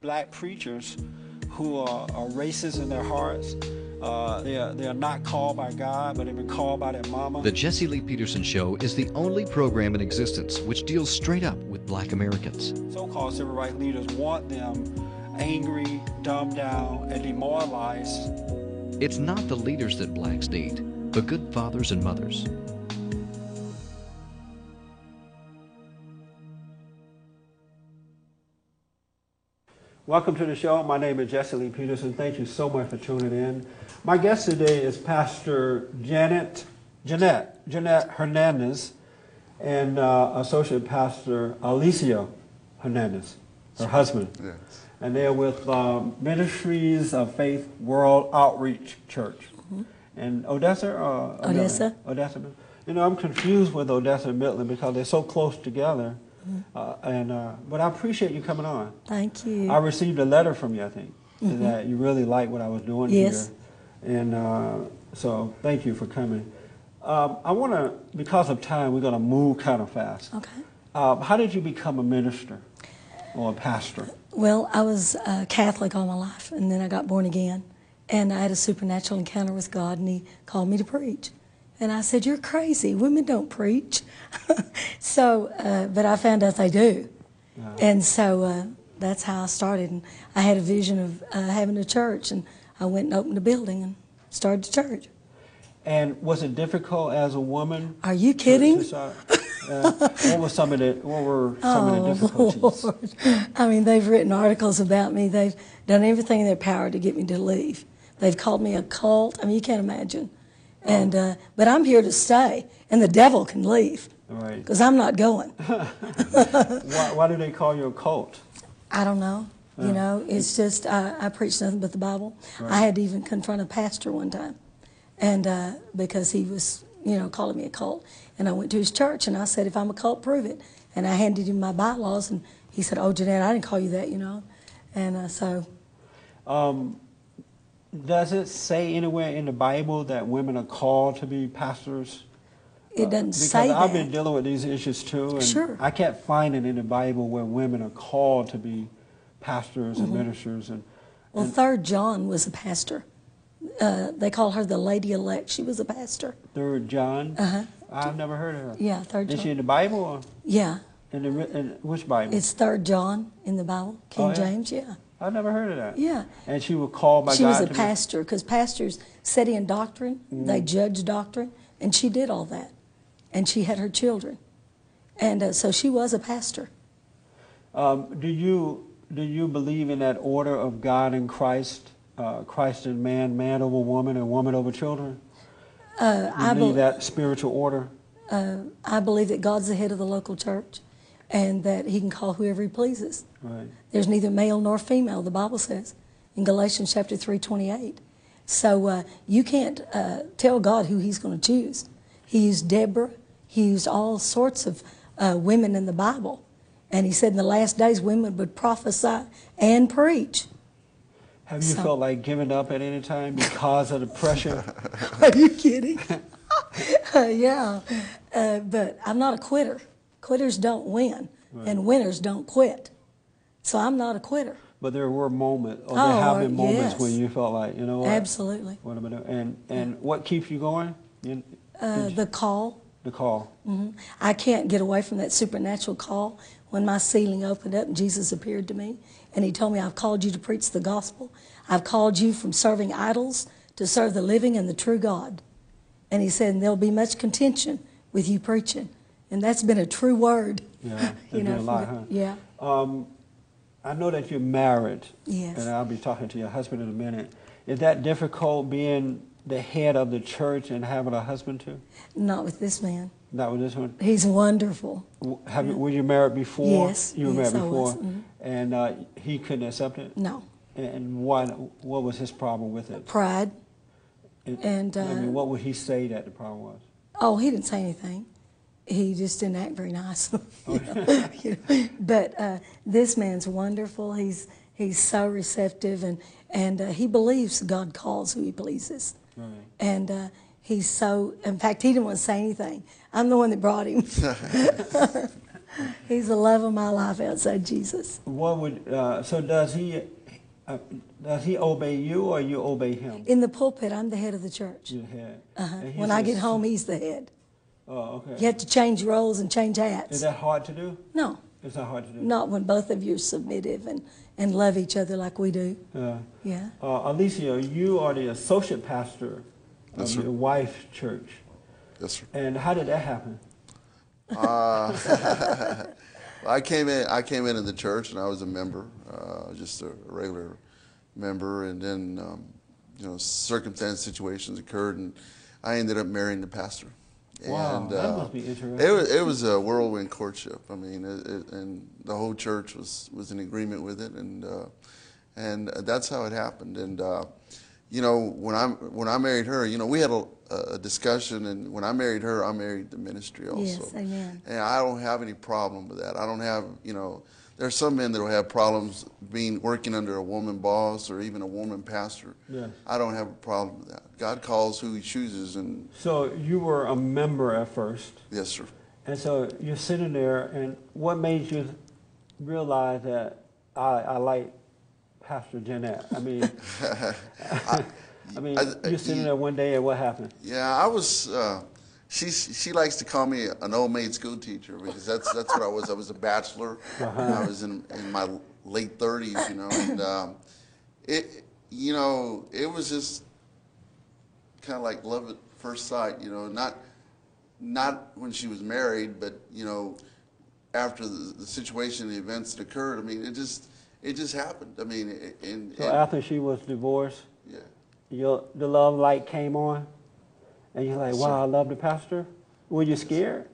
black preachers who are, are racist in their hearts. Uh, they, are, they are not called by God, but they've been called by their mama. The Jesse Lee Peterson Show is the only program in existence which deals straight up with black Americans. so called civil rights leaders want them angry, dumbed down, and demoralized. It's not the leaders that blacks need, but good fathers and mothers. Welcome to the show. My name is Jesse Lee Peterson. Thank you so much for tuning in. My guest today is Pastor Janet Jeanette Jeanette Hernandez and uh, Associate Pastor Alicia Hernandez, her husband. Yes. And they're with um, Ministries of Faith World Outreach Church. And Odessa? Or Midland? Odessa. Odessa. Mid- You know, I'm confused with Odessa and Midland because they're so close together. Uh, and uh, But I appreciate you coming on. Thank you. I received a letter from you, I think, that you really liked what I was doing Mm-hmm. Yes. here. And uh, so thank you for coming. Um, I want to, because of time, we're going to move kind of fast. Okay. Uh, how did you become a minister or a pastor? Well, I was uh, Catholic all my life, and then I got born again. And I had a supernatural encounter with God, and He called me to preach. And I said, You're crazy. Women don't preach. so, uh, but I found out they do. And so uh, that's how I started. And I had a vision of uh, having a church, and I went and opened a building and started a church. And was it difficult as a woman? Are you to- to kidding? start- uh, what were some of the what were some of Oh, the difficulties? I mean, they've written articles about me. They've done everything in their power to get me to leave. They've called me a cult. I mean, you can't imagine. And uh, but I'm here to stay, and the devil can leave Right. because I'm not going. Why, why do they call you a cult? I don't know. You know, it's just I, I preach nothing but the Bible. I had to even confront a pastor one time, and uh, because he was, you know, calling me a cult, and I went to his church and I said, "If I'm a cult, prove it." And I handed him my bylaws, and he said, "Oh, Jeanette, I didn't call you that, you know," and uh, so Does it say anywhere in the Bible that women are called to be pastors? it doesn't because say I've that. been dealing with these issues too, and Sure. I can't find it in the Bible where women are called to be pastors Mm-hmm. and ministers. And well, Third John was a pastor. Uh, they call her the Lady Elect. She was a pastor. Third John, uh-huh. I've never heard of her. Yeah, Third Is she John. in the Bible or Yeah, in, the, ri- in which Bible? it's Third John in the Bible, King Oh, yeah. James. Yeah. I've never heard of that. Yeah. and she was called by she God. was a to Mm-hmm. be- pastor because pastors set in doctrine they judge doctrine and she did all that and she had her children and uh, so she was a pastor Um, do you do you believe in that order of God and Christ, uh, Christ and man, man over woman, and woman over children? Uh, you I believe bel- that spiritual order. i believe that god's the head of the local church and that he can call whoever he pleases Right. there's neither male nor female the bible says in galatians chapter 3.28 so uh, you can't uh, tell god who he's going to choose he used deborah he used all sorts of uh, women in the bible and he said in the last days women would prophesy and preach Have you So- felt like giving up at any time because of the pressure? Are you kidding? Uh, yeah, uh, but I'm not a quitter. Quitters don't win, and winners don't quit. So I'm not a quitter. but there were moments, or Oh, there have been moments yes. when you felt like, you know what? Absolutely. What am I doing? And and what keeps you going? You, Uh, the call. the call. I can't get away from that supernatural call when my ceiling opened up and Jesus appeared to me and he told me, I've called you to preach the gospel. I've called you from serving idols to serve the living and the true God. And he said, and there'll be much contention with you preaching. And that's been a true word. Yeah, there's been a from lot, the- huh? Yeah. I know that you're married. Yes. And I'll be talking to your husband in a minute. Is that difficult being the head of the church and having a husband too? Not with this man. Not with this one. He's wonderful. W- Have you, were you married before? Yes, You were yes, married I before, was, mhm. and uh, he couldn't accept it. No. And why? What was his problem with it? Pride. It- And, I mean, uh, what would he say that the problem was? Oh, he didn't say anything. He just didn't act very nice. You know, you know. But uh, this man's wonderful. He's he's so receptive and and uh, he believes God calls who He pleases. And uh, he's so. In fact, he didn't want to say anything. I'm the one that brought him. He's the love of my life outside Jesus. What would uh, so does he uh, does he obey you or you obey him? In the pulpit, I'm the head of the church. Your head. Uh-huh. And he's When I just- get home, he's the head. Oh, okay. You have to change roles and change Is hats. that hard to do? No, It's not hard to do. not when both of you are submissive and, and love each other like we do. Yeah. Yeah. Uh, Alicia, you are the associate pastor of Yes, sir. your wife's church. Yes, sir. And how did that happen? I came in. I came into the church, and I was a member, uh, just a regular member. And then, um, you know, circumstance situations occurred, and I ended up marrying the pastor. Wow, and, uh, that must be interesting. It was, it was a whirlwind courtship. I mean, it, it, and the whole church was was in agreement with it, and uh, and that's how it happened. And uh, you know, when I when I married her, you know, we had a, a discussion, and when I married her, I married the ministry also. Yes, amen. And I don't have any problem with that. I don't have, you know, there's some men that'll have problems being working under a woman boss or even a woman pastor. Yes. I don't have a problem with that. God calls who He chooses, and So you were a member at first, yes, sir. and so you're sitting there, and what made you realize that I, I like Pastor Jeanette? I mean, I mean, I- I- you're sitting there one day, and what happened? Yeah, I was. Uh, she she likes to call me an old maid school teacher because that's that's what I was. I was a bachelor. I was in in my late thirties, you know, and um, it you know it was just kind of like love at first sight, you know, not not when she was married, but you know, after the, the situation, the events that occurred. I mean, it just it just happened. I mean, it, and, So and- after she was divorced, yeah, your the love light came on, and you're like, Yes, "Wow, sir. I love the pastor." Were you scared?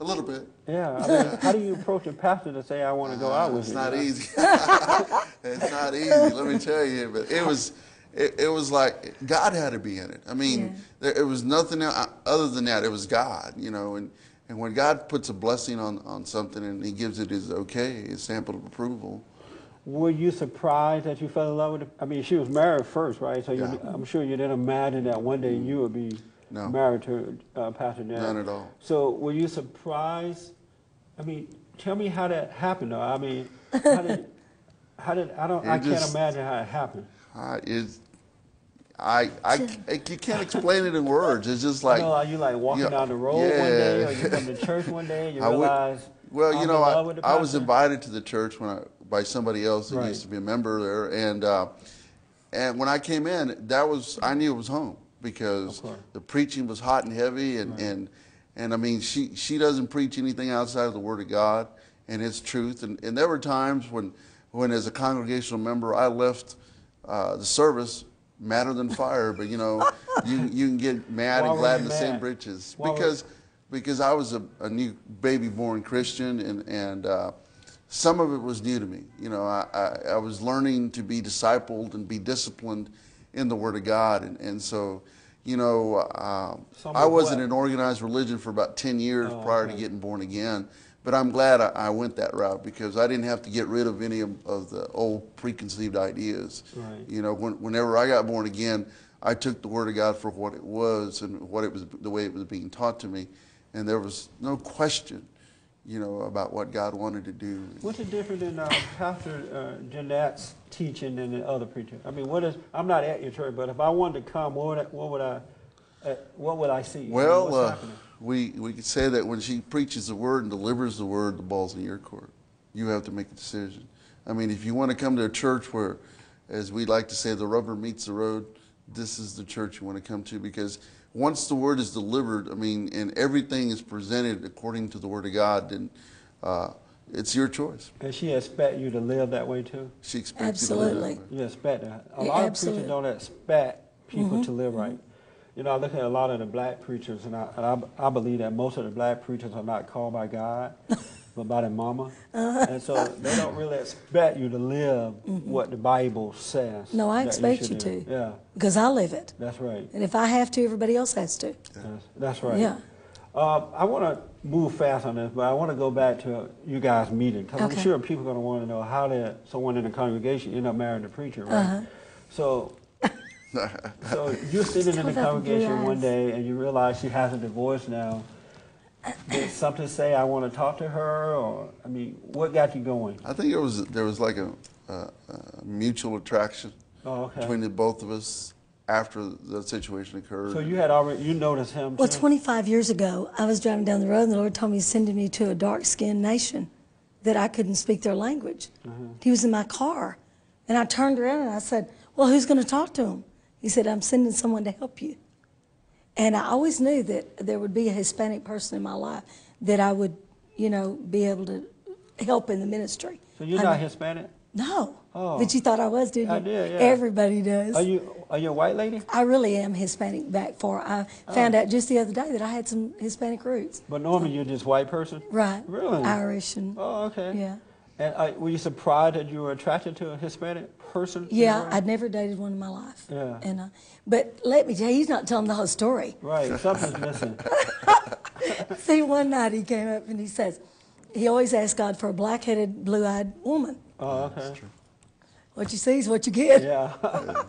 a little bit. Yeah, I mean, how do you approach a pastor to say I want to go out with Uh, It's you? not you know? easy. it's not easy. Let me tell you, but it was, it, it was like God had to be in it. I mean, Yeah. there, it was nothing el- uh, other than that. It was God, you know. And and when God puts a blessing on on something and He gives it His okay, His sample of approval, Were you surprised that you fell in love with? The, I mean, she was married first, right? So you, Yeah. I'm sure you didn't imagine that one day you would be No. married to uh, Pastor Dan. None at all. So were you surprised? I mean, tell me how that happened. Though I mean, how did? How did I don't? It I can't just- imagine how it happened. I is. I, I, I- you can't explain it in words. It's just like you know, are you like walking Yeah. down the road one day, or you Yeah. come to church one day, and you I would- realize? Well, I'm you in know, love with the I, I was pastor? invited to the church when I by somebody else that Right. used to be a member there, and uh, and when I came in, that was I knew it was home because Of course. the preaching was hot and heavy, and and and I mean, she she doesn't preach anything outside of the Word of God and His truth, and and there were times when when as a congregational member, I left uh, the service. Madder than fire, but you know, you you can get mad Why were and glad you in the same mad? britches Why were- because because I was a, a new baby born Christian and and uh, some of it was new to me. You know, I, I, I was learning to be discipled and be disciplined in the Word of God, and and so. You know, uh, Some I of was in what? an organized religion for about 10 years Oh, prior okay. to getting born again, but I'm glad I, I went that route because I didn't have to get rid of any of, of the old preconceived ideas. Right. You know, when, whenever I got born again, I took the Word of God for what it was and what it was, the way it was being taught to me, and there was no question, you know, about what God wanted to do. What's the difference in uh, Pastor uh, Jeanette's teaching than the other preacher? I mean, what is? I'm not at your church, but if I wanted to come, what would I? What would I? Uh, what would I see? I mean, Well, what's uh, happening? we we could say that when she preaches the Word and delivers the Word, the ball's in your court. You have to make a decision. I mean, if you want to come to a church where, as we like to say, the rubber meets the road, this is the church you want to come to because once the Word is delivered, I mean, and everything is presented according to the Word of God, then uh, it's your choice. and she expect you to live that way too. She expects you to live Absolutely. that way. You expect that. A Yeah, lot of absolutely. Mm-hmm. preachers don't expect people to live right. You know, I look at a lot of the black preachers, and I, and I, I believe that most of the black preachers are not called by God, but by their mama. Uh-huh. And so they don't really expect you to live what the Bible says. Mm-hmm. No, I that expect should you do. to. Yeah, Because I live it. that's right. And if I have to, everybody else has to. That's, that's right. Yeah. Uh, I want to move fast on this, but I want to go back to you guys meeting because I'm Okay. sure people are going to want to know how did someone in the congregation end up marrying a preacher, right? Uh-huh. So, so you're sitting in the Hold up and do your congregation one eyes. day and you realize she has a divorce now, Did something say I want to talk to her, or I mean, what got you going? I think it was there was like a, a, a mutual attraction Oh, okay. between the both of us after the situation occurred. So you had already you noticed him. Well, too? 25 years ago, I was driving down the road, and the Lord told me He's sending me to a dark skinned nation that I couldn't speak their language. Mm-hmm. He was in my car, and I turned around and I said, Well, who's going to talk to him? He said, I'm sending someone to help you. And I always knew that there would be a Hispanic person in my life that I would, you know, be able to help in the ministry. So you're I not knew- Hispanic. No. Oh. But you thought I was, didn't you? I did, yeah. Everybody does. Are you are you a white lady? I really am Hispanic back for. I Oh. found out just the other day that I had some Hispanic roots. But normally you're just white person. Right. Really. Irish and Oh, okay. Yeah. And uh, were you surprised that you were attracted to a Hispanic person? yeah, Right. I'd never dated one in my life. Yeah. And uh, but let me tell you, he's not telling the whole story. Right. Something's missing. See, one night he came up and he says, he always asks God for a black-headed, blue-eyed woman. Oh, okay. What you see is what you get. Yeah.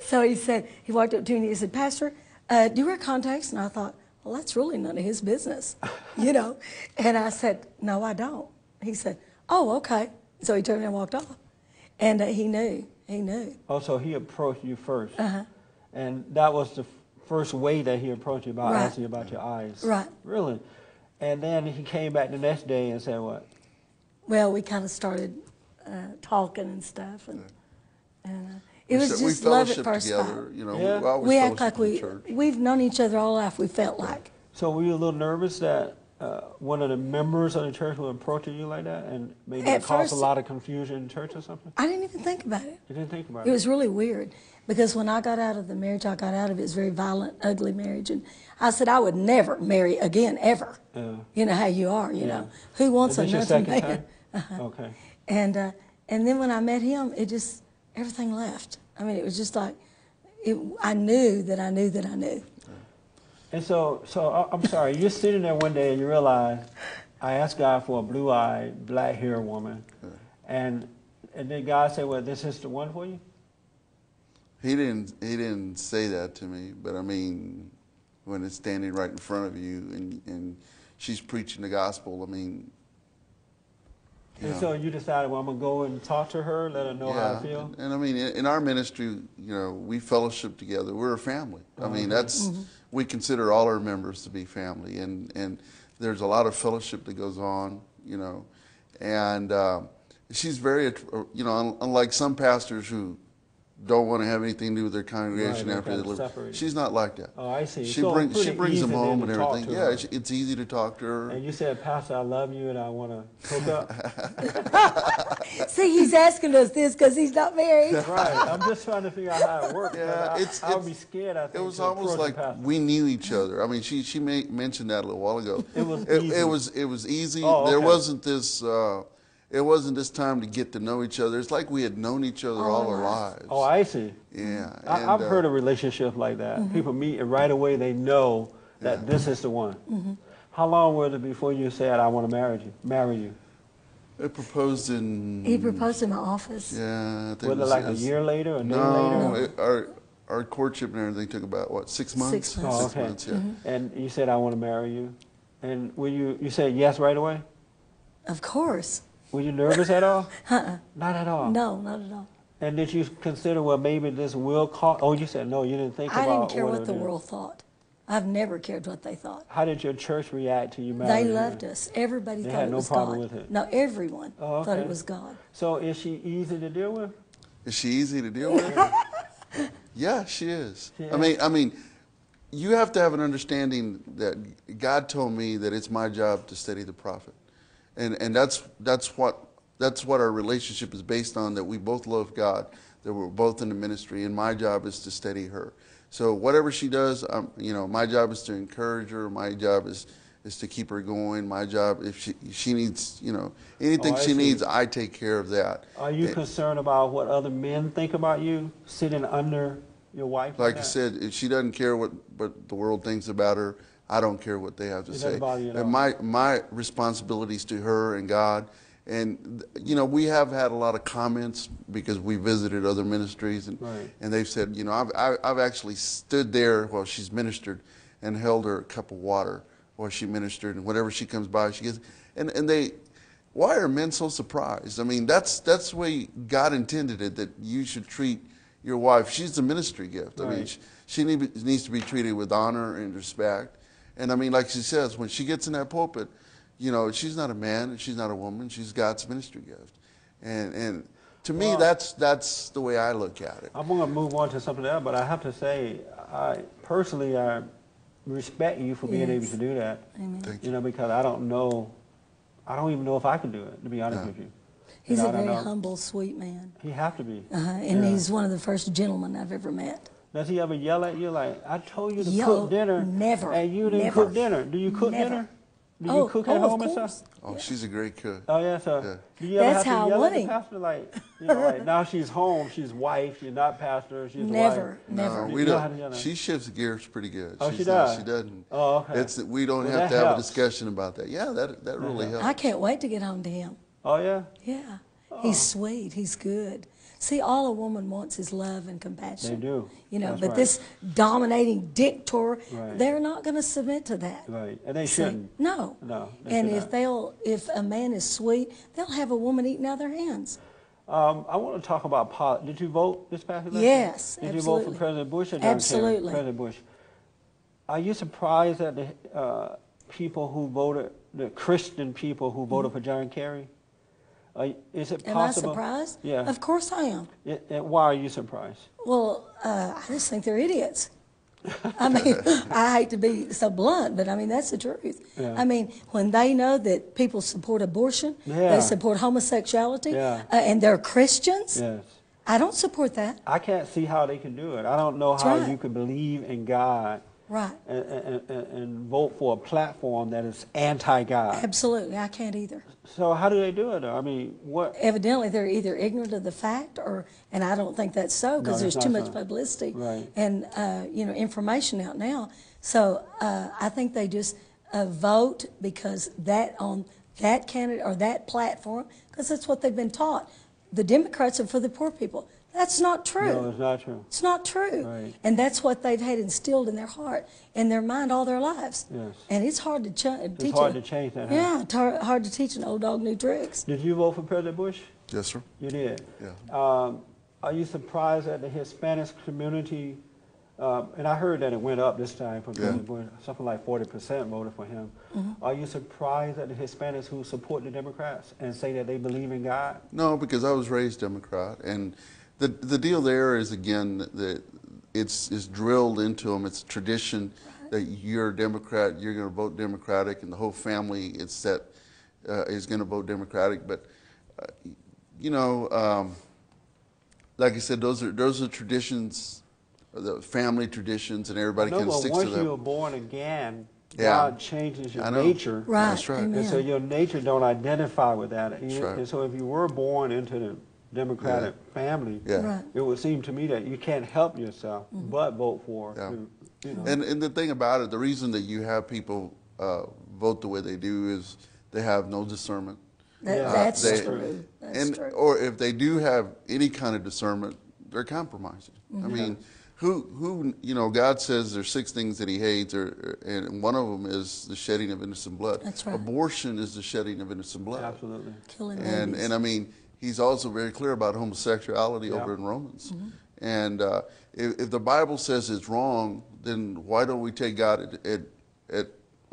So he said, he walked up to me and he said, Pastor, uh, do you wear contacts? And I thought, well, that's really none of his business, you know? And I said, no, I don't. He said, oh, okay. So he turned and walked off. And uh, he knew, he knew. Oh, so he approached you 1st Uh-huh. And that was the f- first way that he approached you by Right. asking you about your eyes. Right. Really. And then he came back the next day and said, What? Well, we kind of started uh, talking and stuff. And, and uh, it was we, just we love at fellowship first together. sight. You know, Yeah. we always We act fellowship like in we, church. we've known each other all our life, we felt like. So were you a little nervous that uh, one of the members of the church were approaching you like that and maybe At it caused a first- lot of confusion in church or something? I didn't even think about it. You didn't think about It it. was really weird because when I got out of the marriage I got out of, it was a very violent, ugly marriage. And I said, I would never marry again, ever. You know how you are, you know. Who wants Is this your another second man? Uh-huh. time? Okay. And, uh, and then when I met him, it just, everything left. I mean, it was just like, it, I knew that I knew that I knew. And so, so I- I'm sorry, you're sitting there one day and you realize, I asked God for a blue eyed, black haired woman. And, and then God said, Well, this is the one for you? He didn't. He didn't say that to me, but I mean, when it's standing right in front of you and and she's preaching the gospel, I mean, And so you decided, well, I'm gonna go and talk to her, let her know how I feel. And, and I mean, in, in our ministry, you know, we fellowship together. We're a family. Mm-hmm. I mean, that's we consider all our members to be family, and and there's a lot of fellowship that goes on, you know, and uh, she's very, att- uh, you know, un- unlike some pastors who don't want to have anything to do with their Right, congregation they're after kinda they leave. separated. She's not like that. Oh, I see. She So brings she pretty brings them easy then home to and talk everything. to Yeah, her. it's, it's easy to talk to her. And you said, Pastor, I love you and I wanna hook up. Uh, See, he's asking us this because he's not married. right. I'm just trying to figure out how it works. Yeah, I, it's- I would it's- be scared. I think It was to almost approach like a pastor. we knew each other. I mean, she she may, mentioned that a little while ago. It was it, easy. was it was easy. Oh, There okay. wasn't this. Uh, it wasn't this time to get to know each other. It's like we had known each other all, our lives. Oh, I see. yeah, I, and, I've uh, heard of relationship like that. Mm-hmm. People meet and right away they know that this is the one. Mm-hmm. How long was it before you said, I wanna marry you? Marry you? It proposed in. He proposed in my office. yeah, I think Was it was- like a was- year later, a day No, later? it, our our courtship and everything took about what six months. months. Oh, okay. months, Yeah. Mm-hmm. And you said, I wanna marry you. And were you, you said yes right away? Of course. Were you nervous at all? Not at all. Uh-uh. No, not at all. And did you consider, well, maybe this will cause? Oh, you said no. You didn't think I about. didn't care whether what the it- world thought. I've never cared what they thought. How did your church react to you They marrying? her? loved us. Everybody They thought had it no was problem God. with it. No, everyone Oh, thought it okay. was God. So is she easy to deal with? Is she easy to deal with? yeah, she is. I Yeah. mean, I mean, you have to have an understanding that God told me that it's my job to study the prophet, and and that's that's what that's what our relationship is based on. That we both love God, that we're both in the ministry, and my job is to study her. So whatever she does, um, you know, my job is to encourage her. My job is is to keep her going. My job, if she she needs, you know, anything Oh, I she see. needs, I take care of that. Are you And- concerned about what other men think about you sitting under your wife? Like I that? said, if she doesn't care what, what the world thinks about her, I don't care what they have to It doesn't say. bother you at And all. my my responsibilities to her and God, and th- you know we have had a lot of comments because we visited other ministries and Right. and they've said you know I've I- I've actually stood there while she's ministered and held her a cup of water or she ministered, and whatever she comes by, she gets. And, and they, why are men so surprised? I mean, that's, that's the way God intended it that you should treat your wife. She's the ministry gift. I mean, Right. she, she need, needs to be treated with honor and respect. And I mean, like she says, when she gets in that pulpit, you know, she's not a man and she's not a woman. She's God's ministry gift. And, and to me, that's, that's the way I look at it. I'm going to move on to something else, but I have to say, I personally, I respect you for being able Yes. to do that. Amen. Thank You know, because I don't know, I don't even know if I could do it, to be Uh-huh. honest with you. He's And a I don't very know. humble, sweet man. He have to be. Uh, and Yeah. he's one of the first gentlemen I've ever met. Does he ever yell at you like, "I told you to Yo, cook dinner, never, and you didn't never, cook dinner"? Do you cook never. dinner? Do you oh, cook oh, at of home and course. stuff? Oh, she's a great cook. Oh yeah, so Yeah. do you ever That's have how to I yell at the want him. pastor like, you know, like now she's home, she's wife, she's not pastor, she's Never, wife. Uh, never. You we know how to don't. yell at she shifts gears pretty good. Oh, she She's not- does? She doesn't. Oh, okay. It's that we don't Well, that have to have a helps. discussion about that. Yeah, that that really I helps. can't wait to get home to him. Oh yeah, Yeah. He's Oh. sweet. He's good. See, all a woman wants is love and compassion. They do. You know, That's but right. this dominating dictator, Right. they're not going to submit to that. right, and they See? shouldn't. No. No, they and should if not. they'll, if a man is sweet, they'll have a woman eating out of their hands. Um, I want to talk about pol Did you vote this past election? Yes, Did you vote absolutely. for President Bush or John Kerry? Absolutely. President Bush. Are you surprised at the uh, people who voted, the Christian people who voted for John Kerry? Are, is it Am possible? I surprised? Yeah. Of course I am. It, it, why are you surprised? Well, uh, I just think they're idiots. I mean, I hate to be so blunt, but I mean, that's the truth. Yeah. I mean, when they know that people support abortion, Yeah. they support homosexuality, Yeah. uh, and they're Christians, Yes. I don't support that. I can't see how they can do it. I don't know That's how right. you could believe in God Right. and, and, and, and vote for a platform that is anti-God. Absolutely. I can't either. So how do they do it? though? I mean, what? Evidently, they're either ignorant of the fact or, and I don't think that's so No, because there's that's too not much so. publicity Right. and, uh, you know, information out now. So uh, I think they just uh, vote because that on that candidate or that platform, because that's what they've been taught. The Democrats are for the poor people. That's not true. No, it's not true. It's not true. Right. And that's what they've had instilled in their heart and their mind all their lives. Yes. And it's hard to ch- teach. hard a- to change that, huh? Yeah, it's hard, hard to teach an old dog new tricks. Did you vote for President Bush? Yes, sir. You did. Yeah. Um, are you surprised at the Hispanic community? Um, and I heard that it went up this time for President Bush. Something like forty percent voted for him. Mm-hmm. Are you surprised at the Hispanics who support the Democrats and say that they believe in God? No, because I was raised Democrat, and the the deal there is again that it's it's drilled into them. It's a tradition that you're a Democrat, you're going to vote Democratic, and the whole family it's that uh, is going to vote Democratic. But uh, you know, um, like I said, those are those are traditions, the family traditions, and everybody No, kind of but sticks to once them. you are born again, Yeah. God changes your I know. nature. Right. That's right. Amen. And so your nature don't identify with that. And you- right. And so if you were born into the Democratic family, Yeah. Right. it would seem to me that you can't help yourself Mm-hmm. but vote for. Yeah. who- you know. And, and the thing about it, the reason that you have people uh, vote the way they do is they have no discernment. That, Yeah. That's They- true. That's and true. or if they do have any kind of discernment, they're compromising. Mm-hmm. I mean, who who you know? God says there's six things that He hates, or, and one of them is the shedding of innocent blood. That's right. Abortion is the shedding of innocent blood. Absolutely. Killing And, babies. and I mean, he's also very clear about homosexuality Yeah. Mm-hmm. over in Romans. And uh, if, if the Bible says it's wrong, then why don't we take God at, at, at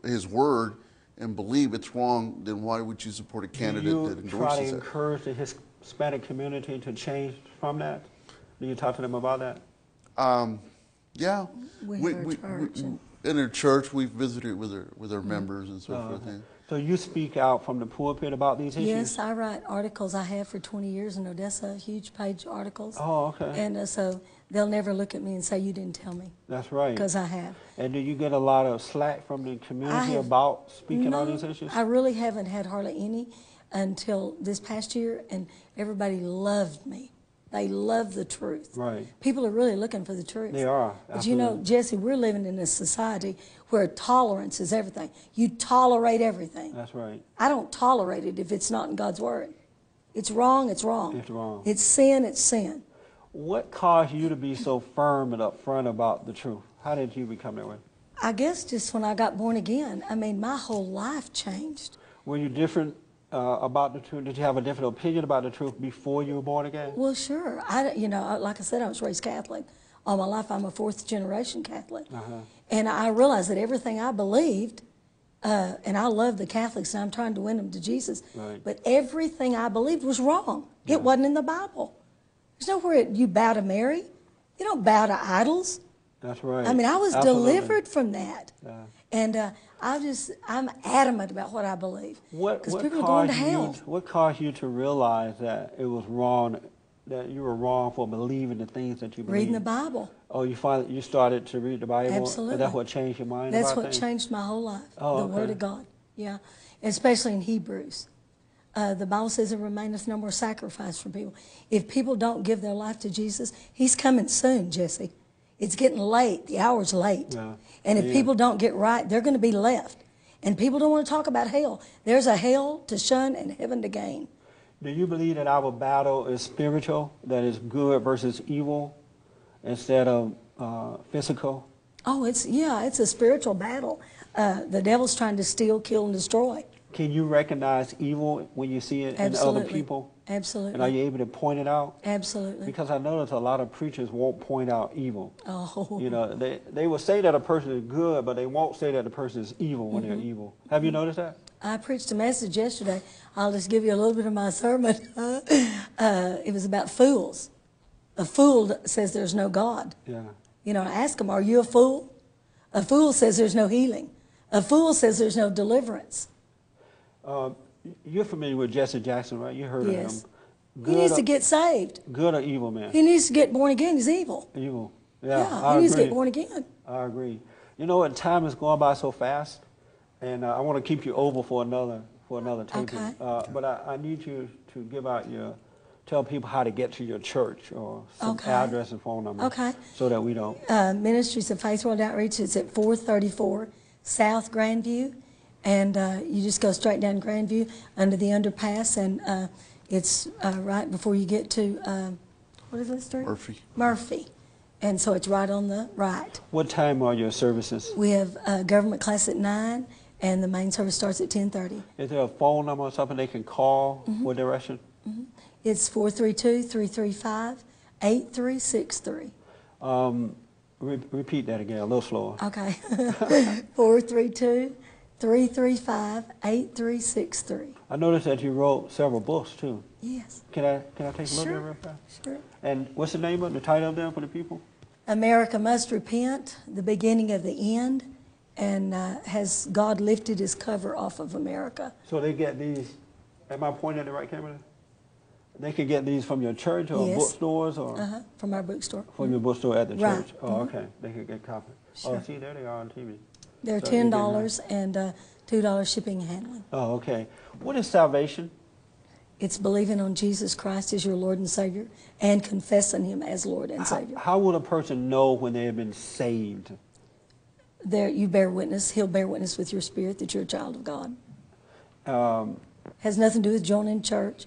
his word and believe it's wrong? Then why would you support a candidate that Do you try to endorses it? encourage the Hispanic community to change from that? Do you talk to them about that? Um, yeah. With our church and- in our church, we've visited with our, with our Mm-hmm. members and Uh-huh. so forth. yeah. So you speak out from the pulpit about these issues? Yes, I write articles. I have for 20 years in Odessa, huge page articles. Oh, okay. And uh, so they'll never look at me and say, You didn't tell me, That's right. because I have. And do you get a lot of slack from the community have- about speaking on No, these issues? I really haven't had hardly any until this past year, and everybody loved me. They love the truth. Right. People are really looking for the truth. They are, But you know, absolutely. Jesse, we're living in a society where tolerance is everything. You tolerate everything. That's right. I don't tolerate it if it's not in God's word. It's wrong, it's wrong. It's wrong. It's sin, it's sin. What caused you to be so firm and upfront about the truth? How did you become that way? I guess just when I got born again, I mean, my whole life changed. Were you different uh, about the truth? Did you have a different opinion about the truth before you were born again? Well, sure. I, you know, I- like I said, I was raised Catholic. All my life, I'm a fourth generation Catholic. Uh-huh. And I realized that everything I believed, uh, and I love the Catholics, and I'm trying to win them to Jesus, Right. but everything I believed was wrong. It wasn't in the Bible. There's nowhere it, you bow to Mary, you don't bow to idols. That's right. I mean, I was Absolutely. delivered from that. And uh, I just, I'm adamant about what I believe. What, Because what people are caused going to hell. You, what caused you to realize that it was wrong, that you were wrong for believing the things that you believed? reading the Bible. Oh, you finally you started to read the Bible. Absolutely. And that's what changed your mind. That's about what things? changed my whole life. Oh, the Word okay. of God. Yeah. Especially in Hebrews. Uh, the Bible says it remaineth no more sacrifice for people. If people don't give their life to Jesus, He's coming soon, Jesse. It's getting late. The hour's late. Yeah. And if Yeah. people don't get right, they're going to be left. And people don't want to talk about hell. There's a hell to shun and heaven to gain. Do you believe that our battle is spiritual, that is good versus evil, instead of uh, physical? Oh, it's yeah, it's a spiritual battle. Uh, the devil's trying to steal, kill, and destroy. Can you recognize evil when you see it Absolutely. in other people? Absolutely. And are you able to point it out? Absolutely. Because I notice a lot of preachers won't point out evil. oh. You know, they, they will say that a person is good, but they won't say that the person is evil when Mm-hmm. they're evil. Have you noticed that? I preached a message yesterday. I'll just give you a little bit of my sermon. uh, it was about fools. A fool says there's no God. Yeah. You know, I ask them, Are you a fool? A fool says there's no healing. A fool says there's no deliverance. You're familiar with Jesse Jackson, right? You heard Yes. of him. he needs or, to get saved. good or evil man? He needs to get born again. He's evil. evil. Yeah, yeah I he needs agree. to get born again. I agree. You know what? Time is going by so fast, and uh, I want to keep you over for another for another taping. Okay. Uh, but I, I need you to give out your tell people how to get to your church or some Okay. address and phone number. Okay. So that we don't. uh, Ministries of Faith World Outreach. It's at 434 South Grandview. And uh, you just go straight down Grandview under the underpass, and uh, it's uh, right before you get to um, what is that street? Murphy. Murphy. And so it's right on the right. What time are your services? We have uh, government class at nine, and the main service starts at 10:30. Is there a phone number or something they can call Mm-hmm. for direction? It's 432-335-8363. Um, Re- repeat that again, a little slower. Okay. 432-335-8363. I noticed that you wrote several books too. Yes. Can I can I take a look at it Sure. real fast? Sure. And what's the name of the title of them for the people? America must repent, the beginning of the end, and uh, has God lifted his cover off of America? So they get these, am I pointing at the right camera? They could get these from your church or Yes. bookstores or Uh-huh, from our bookstore. from your bookstore at the Right. Mm-hmm. church? Oh, okay. They could get copies. Oh, Sure. see, there they are on TV. They're So you can- $10 and uh, $2 shipping and handling. Oh, okay. What is salvation? It's believing on Jesus Christ as your Lord and Savior and confessing him as Lord and How, Savior. how will a person know when they have been saved? There, you bear witness, he'll bear witness with your spirit that you're a child of God. Um, has nothing to do with joining church,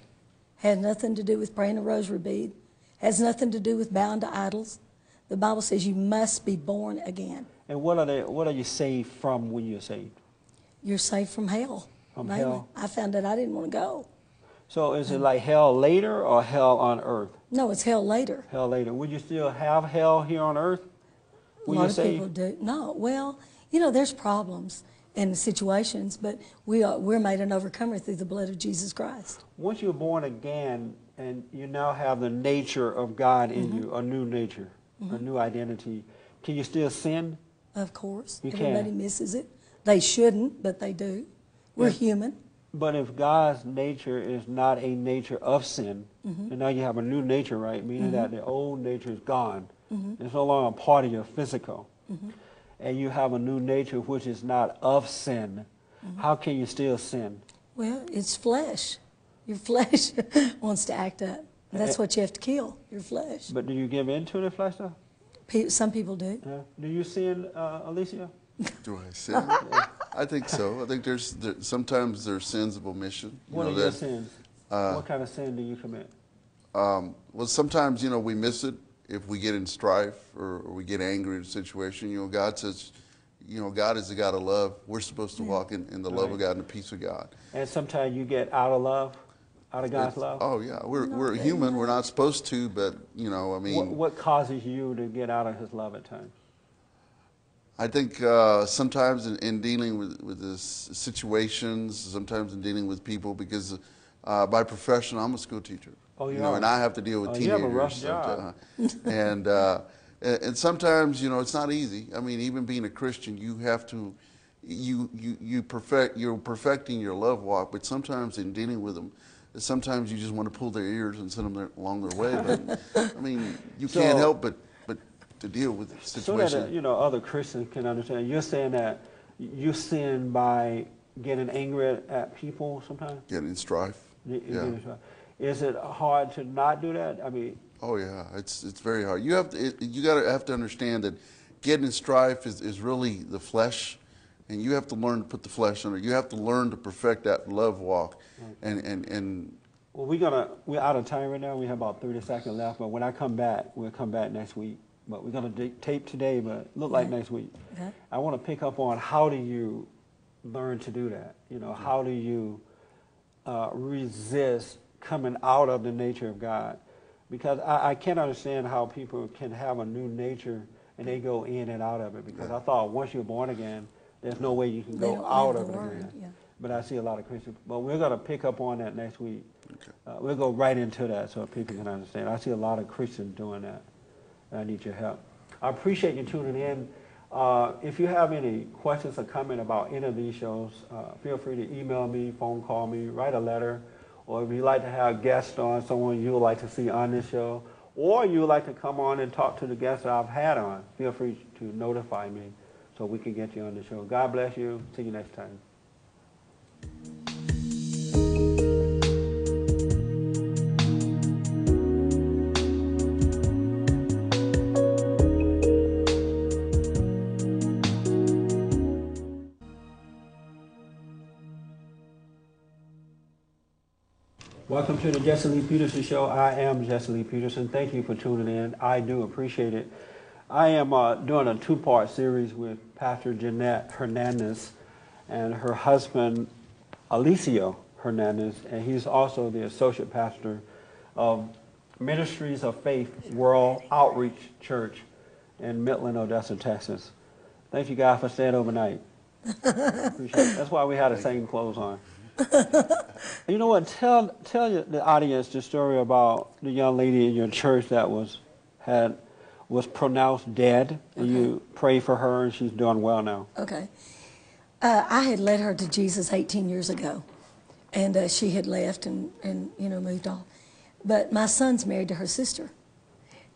has nothing to do with praying a rosary bead, has nothing to do with bowing to idols. The Bible says you must be born again. And what are they? What are you saved from when you're saved? You're saved from hell. From mainly. hell. I found out I didn't want to go. So is Mm. it like hell later or hell on earth? No, it's hell later. Hell later. Would you still have hell here on earth? A When lot you're of people saved? do. No, well, you know, there's problems and situations, but we are, we're made an overcomer through the blood of Jesus Christ. Once you're born again and you now have the nature of God in you, a new nature, a new identity, can you still sin? Of course, You can. everybody misses it. They shouldn't, but they do. We're Yeah. human. But if God's nature is not a nature of sin, and now you have a new nature, right? Meaning that the old nature is gone. It's no longer a part of your physical. And you have a new nature which is not of sin. How can you still sin? Well, it's flesh. Your flesh wants to act up. Eh. That's what you have to kill, your flesh. But do you give in to the flesh though? Pe- Some people do. Yeah. Do you sin, uh, Alicia? Do I sin? I think so. I think there's there, sometimes there's sins of omission. you What know, are your that- sins? what kind of sin do you commit? Well, sometimes you know we miss it if we get in strife or, or we get angry in a situation. You know, God says, you know, God is the God of love. We're supposed to walk in, in the love of God and the peace of God. And sometimes you get out of love, out of God's love. Oh yeah, we're we're human. We're not supposed to, but you know, I mean, What, what causes you to get out of His love at times? I think uh, sometimes in, in dealing with, with this situations, sometimes in dealing with people, because uh, by profession I'm a school teacher. Oh, you know, are. and I have to deal with Oh, you teenagers. have a rough job. sometimes. and uh, and and sometimes you know it's not easy. I mean, even being a Christian, you have to. You, you you perfect you're perfecting your love walk, but sometimes in dealing with them, sometimes you just want to pull their ears and send them their, along their way. But I mean, you can't So- help but but to deal with the So situation. that uh, you know other Christians can understand. You're saying that you sin by getting angry at, at people sometimes. get in strife. You- you yeah. get it. Is it hard to not do that? I mean, Oh yeah, it's it's very hard. You have to it, you gotta have to understand that getting in strife is, is really the flesh, and you have to learn to put the flesh under. You have to learn to perfect that love walk, and and and well, we're gonna we're out of time right now. We have about thirty seconds left. But when I come back, we'll come back next week. But we're gonna di- tape today, but look like next week. Okay. I want to pick up on how do you learn to do that? You know, how do you uh, resist coming out of the nature of God? Because I, I can't understand how people can have a new nature and they go in and out of it. Because I thought once you're born again, there's no way you can They go don't live out the of it word, again. yeah. But I see a lot of Christians. But we're going to pick up on that next week. Uh, we'll go right into that so people can understand. I see a lot of Christians doing that. And I need your help. I appreciate you tuning in. Uh, if you have any questions or comment about any of these shows, uh, feel free to email me, phone call me, write a letter, or if you'd like to have guests on, someone you would like to see on this show, or you would like to come on and talk to the guests that I've had on, feel free to notify me so we can get you on the show. God bless you. See you next time. Welcome to the Jesse Lee Peterson Show. I am Jesse Lee Peterson. Thank you for tuning in. I do appreciate it. I am uh, doing a two-part series with Pastor Jeanette Hernandez and her husband Alicio Hernandez, and he's also the associate pastor of Ministries of Faith World Outreach Church in Midland, Odessa, Texas. Thank you guys for staying overnight. Appreciate it. That's why we had the same clothes on. You know what? Tell tell your- the audience the story about the young lady in your church that was had was pronounced dead, and you prayed for her, and she's doing well now. Okay. Uh, I had led her to Jesus 18 years ago, and uh, she had left and, and you know moved on. But my son's married to her sister,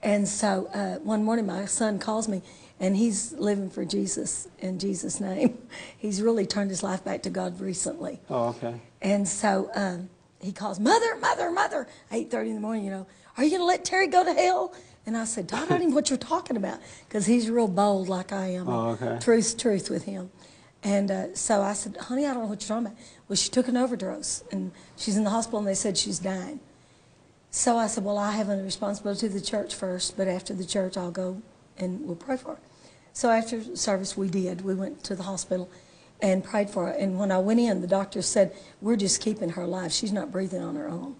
and so uh, one morning my son calls me, and he's living for Jesus in Jesus' name. He's really turned his life back to God recently. Oh, okay. And so um, he calls, Mother, Mother, Mother, 8.30 in the morning, you know, are you going to let Terry go to hell? And I said, Todd, I don't even know what you're talking about because he's real bold like I am. Oh, okay. Truth's truth with him. And uh, so I said, honey, I don't know what you're talking about. Well, she took an overdose and she's in the hospital and they said she's dying. So I said, well, I have a responsibility to the church first, but after the church, I'll go and we'll pray for her. So after service, we did. We went to the hospital and prayed for her. And when I went in, the doctor said, we're just keeping her alive. She's not breathing on her own.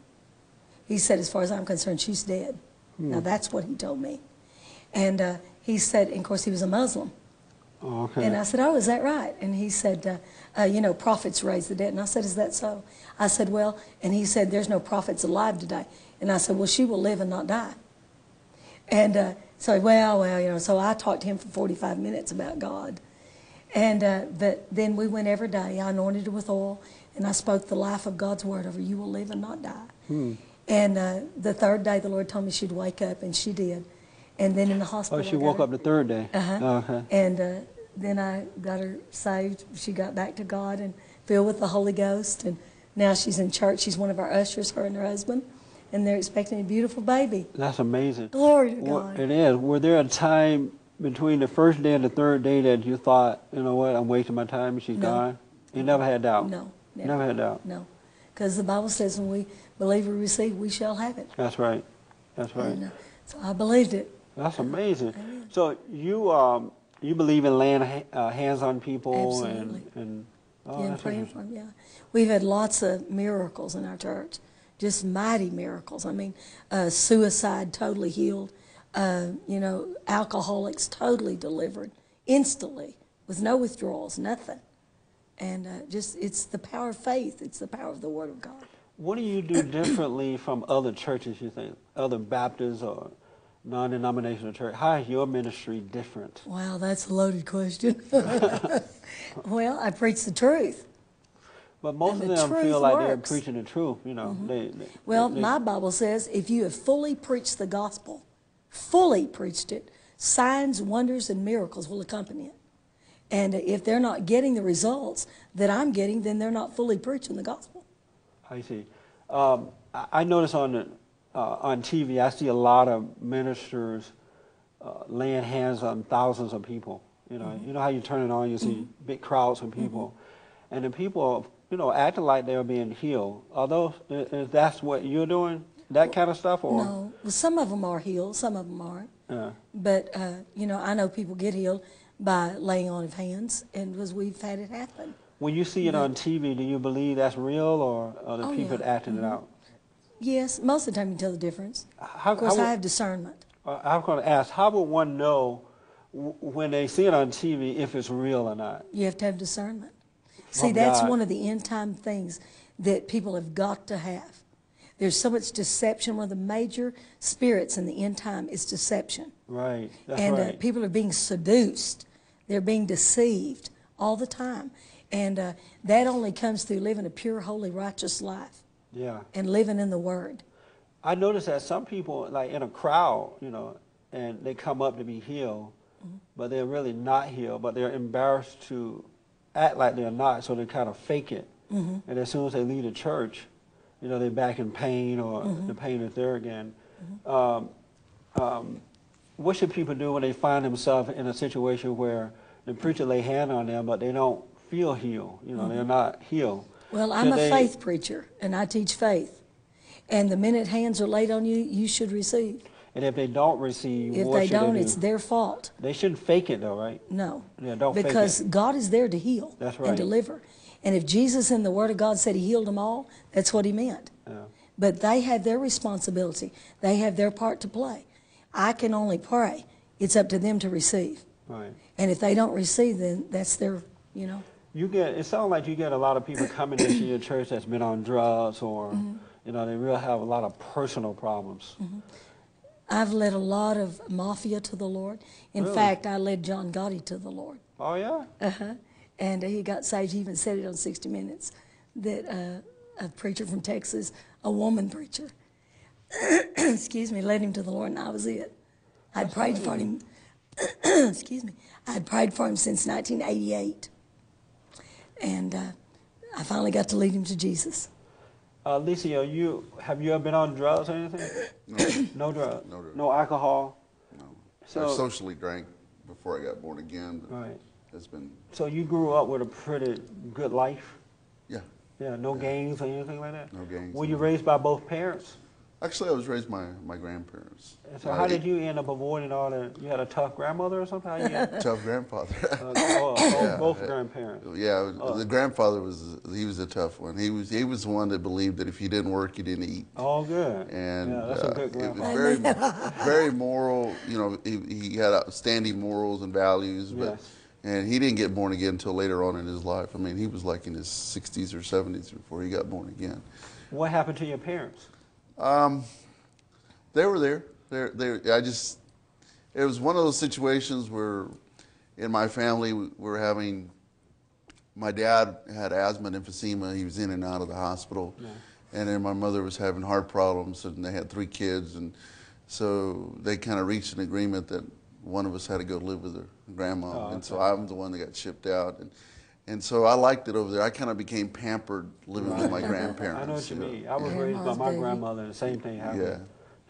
He said, as far as I'm concerned, she's dead. Hmm. Now, that's what he told me. And uh, he said, and of course, he was a Muslim. Oh, okay. And I said, Oh, is that right? And he said, uh, uh, You know, prophets raise the dead. And I said, Is that so? I said, Well, and he said, There's no prophets alive today. And I said, Well, she will live and not die. And uh, so, well, well, you know, so I talked to him for 45 minutes about God. And uh, but then we went every day. I anointed her with oil, and I spoke the life of God's word over her. You will live and not die. Hmm. And uh, the third day, the Lord told me she'd wake up, and she did. And then in the hospital, oh, I she got woke her- up the third day. uh-huh. Oh, okay. And uh, then I got her saved. She got back to God and filled with the Holy Ghost. And now she's in church. She's one of our ushers, her and her husband. And they're expecting a beautiful baby. That's amazing. Glory to Well, God. It is. Were there a time between the first day and the third day that you thought, you know what, I'm wasting my time and she's No. gone? You never had doubt. No, Never, never. never had doubt. No. Because the Bible says when we believe we receive, we shall have it. That's right. That's right. And, uh, so I believed it. That's amazing. So you um, You believe in laying ha- uh, hands on people and, Absolutely. and oh, yeah, and that's praying interesting. for them. Yeah, we've had lots of miracles in our church, just mighty miracles. I mean, uh, suicide totally healed. Uh, you know, alcoholics totally delivered instantly with no withdrawals, nothing. And uh, just it's the power of faith. It's the power of the Word of God. What do you do differently from other churches, you think? Other Baptists or non denominational church? How is your ministry different? Wow, that's a loaded question. well, I preach the truth. But most And of Uh, the them feel truth like they're works. Mm-hmm. preaching the truth, you know. They, they, Well, they- my Bible says if you have fully preached the gospel, fully preached it, signs, wonders, and miracles will accompany it. And if they're not getting the results that I'm getting, then they're not fully preaching the gospel. I see. Um, I, I notice on the, uh, on TV, I see a lot of ministers uh, laying hands on thousands of people. You know, Mm-hmm. you know how you turn it on, you see big crowds of people, and the people, you know, acting like they're being healed. Are those? i- Is that's what you're doing? That kind of stuff, or No, well, some of them are healed, some of them aren't. Yeah. But uh, you know, I know people get healed by laying on of hands, and because we've had it happen. when you see it on TV, do you believe that's real, or are the Oh, people yeah. acting it out? Yes, most of the time you can tell the difference. How- of course, how- I have discernment. Uh, I'm going to ask, how would one know w- when they see it on TV if it's real or not? You have to have discernment. See, From that's God. one of the end time things that people have got to have. There's so much deception. One of the major spirits in the end time is deception. Right. That's and right. uh, people are being seduced, they're being deceived all the time. And uh, that only comes through living a pure, holy, righteous life yeah. and living in the Word. I noticed that some people, like in a crowd, you know, and they come up to be healed, Mm-hmm. but they're really not healed, but they're embarrassed to act like they're not, so they kind of fake it. Mm-hmm. And as soon as they leave the church, you know, they're back in pain or Mm-hmm. the pain is there again. Um, um, what should people do when they find themselves in a situation where the preacher lay hand on them, but they don't feel healed? You know, they're not healed. Mm-hmm. Well, Should I'm a they- faith preacher, and I teach faith. And the minute hands are laid on you, you should receive. And if they don't receive, If what they should don't, they do? it's their fault. They shouldn't fake it though, right? No. Yeah, don't fake it. because God is there to heal That's right. and deliver. And if Jesus in the Word of God said he healed them all, that's what he meant. But they have their responsibility. They have their part to play. I can only pray. It's up to them to receive. Right. And if they don't receive, then that's their, you know. You get it sounds like you get a lot of people coming into your church that's been on drugs or Mm-hmm. you know, they really have a lot of personal problems. I've led a lot of mafia to the Lord. In Really? fact, I led John Gotti to the Lord. Oh yeah? and he got saved. He even said it on 60 Minutes that uh, a preacher from Texas, a woman preacher, excuse me, led him to the Lord, and I was it. I'd prayed for him. excuse me. I'd prayed for him since 1988, and uh, I finally got to lead him to Jesus. Uh Lisa, are you have you ever been on drugs or anything? No. drugs. No drugs. No alcohol. I So socially drank before I got born again. but Right. It's been, so you grew up with a pretty good life. yeah. Yeah, no gangs or anything like that? No gangs, Were you no. raised by both parents? Actually, I was raised by my grandparents. And so My how did you end up avoiding all the you had a tough grandmother or something? How you get- Tough grandfather. Uh, oh, oh, both yeah. grandparents. yeah, Oh. the grandfather was, he was a tough one. He was, he was the one that believed that if you didn't work, you didn't eat. All good. and yeah, that's uh, a good it was grandfather. very, very moral. You know, he, he had outstanding morals and values, but Yes. and he didn't get born again until later on in his life. I mean, he was like in his 60s or 70s before he got born again. What happened to your parents? They were there. They they. I just. It was one of those situations where, in my family, we were having. My dad had asthma and emphysema. He was in and out of the hospital, and then my mother was having heart problems, and they had three kids, and so they kind of reached an agreement that one of us had to go live with her grandma, Oh, and so I'm the one that got shipped out, and and so I liked it over there. I kind of became pampered living with my grandparents. I know what you know. mean. I was raised by Grandma's my baby. grandmother, and the same thing happened. Yeah.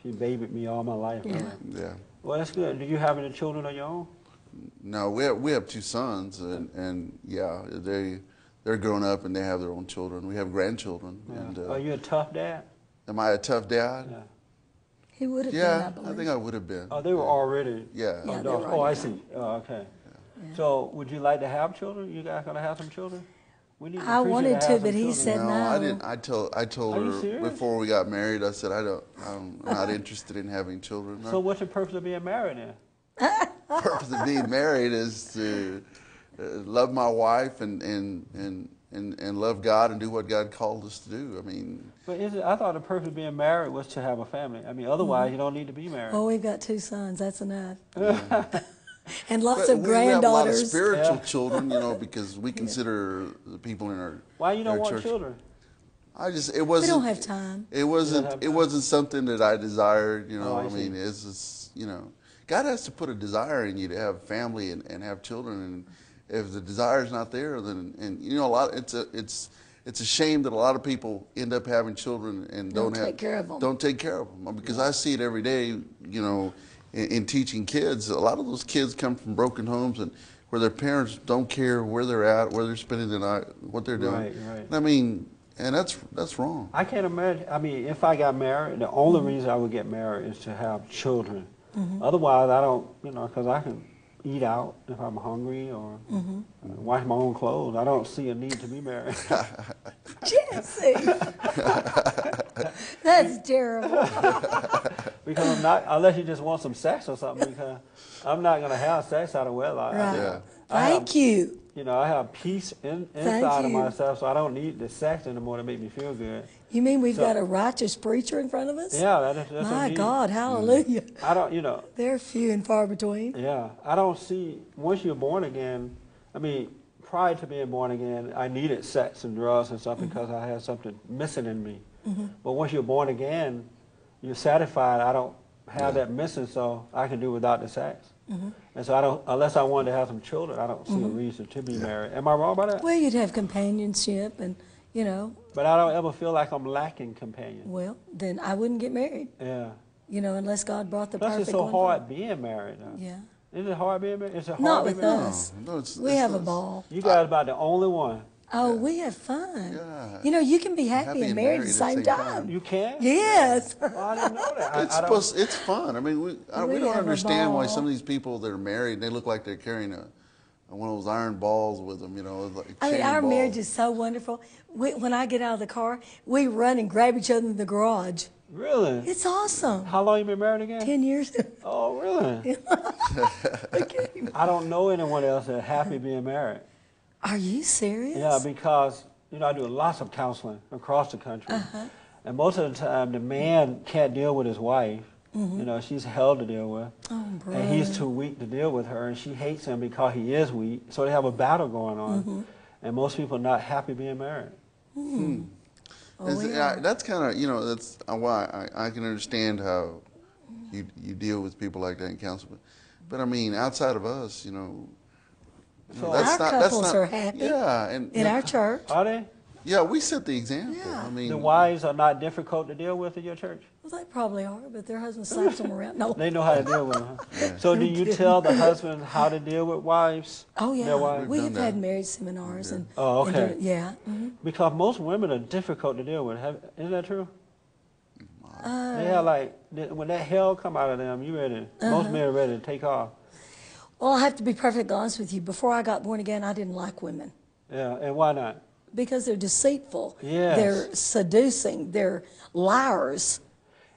She babied me all my life. I'm Yeah. like, Yeah. Well, that's good. Do you have any children of your own? No, we have, we have two sons, and, and yeah, they they're grown up and they have their own children. We have grandchildren. And Yeah. uh, Are you a tough dad? am I a tough dad? Yeah. He would have Yeah, been, I I believe. think I would have been. Oh, they were already. Yeah. Yeah, they adults. were oh, I already see. Oh, okay. So would you like to have children? You guys gonna have some children? We need. I preacher wanted have to, some but he children. said- No, no. I didn't. I told I told Are you her serious? before we got married. I said I don't. I'm not interested in having children. So what's the purpose of being married then? The purpose of being married is to uh, love my wife and and and. And, and love God and do what God called us to do. I mean, But is it, I thought the purpose of being married was to have a family. I mean, otherwise Mm-hmm. you don't need to be married. Well, Oh, we've got two sons. That's enough. and but lots of we have a lot of granddaughters. spiritual Yeah. children, you know, because we consider the people in our Why you don't our want church- children? I just it wasn't. have time. It wasn't. have It time. wasn't something that I desired. You know. Oh, I I, mean, see. it's just you know, God has to put a desire in you to have family and, and have children. And if the desire is not there, then and you know a lot. It's a it's it's a shame that a lot of people end up having children and Don't don't, have take care of 'em. Don't take care of them because I see it every day. You know, in, in teaching kids, a lot of those kids come from broken homes and. Where their parents don't care where they're at, where they're spending the night, what they're doing. Right, right. And I mean, and that's that's wrong. I can't imagine. I mean, if I got married, the only reason I would get married is to have children. Mm-hmm. Otherwise, I don't, you know, because I can eat out if I'm hungry or Mm-hmm. wash my own clothes. I don't see a need to be married. Jesse. That's terrible. because I'm not, unless you just want some sex or something, because I'm not going to have sex out of wedlock. Right. Yeah. Um, Thank you. You know, I have peace in, Thank inside of you. myself, so I don't need the sex anymore to make me feel good. You mean we've So- got a righteous preacher in front of us? Yeah, that is, that's My indeed- God, hallelujah. I don't, you know, They're few and far between. Yeah, I don't see once you're born again. I mean, prior to being born again, I needed sex and drugs and stuff Mm-hmm. because I had something missing in me. But once you're born again, you're satisfied. I don't have that missing, so I can do without the sex. Mm-hmm. And so I don't, unless I wanted to have some children, I don't see a reason to be married. Am I wrong about that? Well, you'd have companionship and, you know, But I don't ever feel like I'm lacking companion. well, then I wouldn't get married, Yeah. you know, unless God brought the Plus, perfect it's so one. for hard me. being married. Now. Yeah. Is it hard being married? Is it hard Not being with married? us. Oh, No, it's- we it's have a not- ball. You guys about the only one. Oh, we have fun. Yeah. You know, you can be happy, Happy and and married at married the same, time. You can? Yes. Well, I didn't know that. I- It's I don't- supposed. It's fun. I mean, we I, we, We don't have a understand why ball. some of these people that are married they look like they're carrying a, a one of those iron balls with them. You know, it's like a I mean, chain our ball. marriage is so wonderful. We, when I get out of the car, we run and grab each other in the garage. Really? It's awesome. How long you been married again? 10 years. Oh, really? Okay. I don't know anyone else that's happy being married. Are you serious? Yeah, because you know I do lots of counseling across the country, and most of the time the man can't deal with his wife. You know she's hell to deal with, Oh, and he's brother. too weak to deal with her, and she hates him because he is weak. So they have a battle going on, and most people are not happy being married. Oh, It's- yeah, uh, that's kind of you know that's uh, why I, I can understand how you you deal with people like that in council, but, but I mean outside of us, you know. you So- know, Our couples are happy Yeah, and In our church? Are they? yeah, we set the example. Yeah. I mean, The wives are not difficult to deal with in your church. Well, they probably are, but their husband slaps them around. No. They know how to deal with them. huh? So do you tell the husband how to deal with wives? Oh, Their yeah. wives? We We've have done had that. marriage seminars. and Oh, and okay. do- yeah. mhm. Because most women are difficult to deal with. Have, isn't that true? Uh, yeah, like th- when that hell come out of them, you ready? Most Uh-huh. men are ready to take off. Well, I have to be perfectly honest with you. Before I got born again, I didn't like women. Yeah, and why not? because they're deceitful. Yes. They're seducing. They're liars.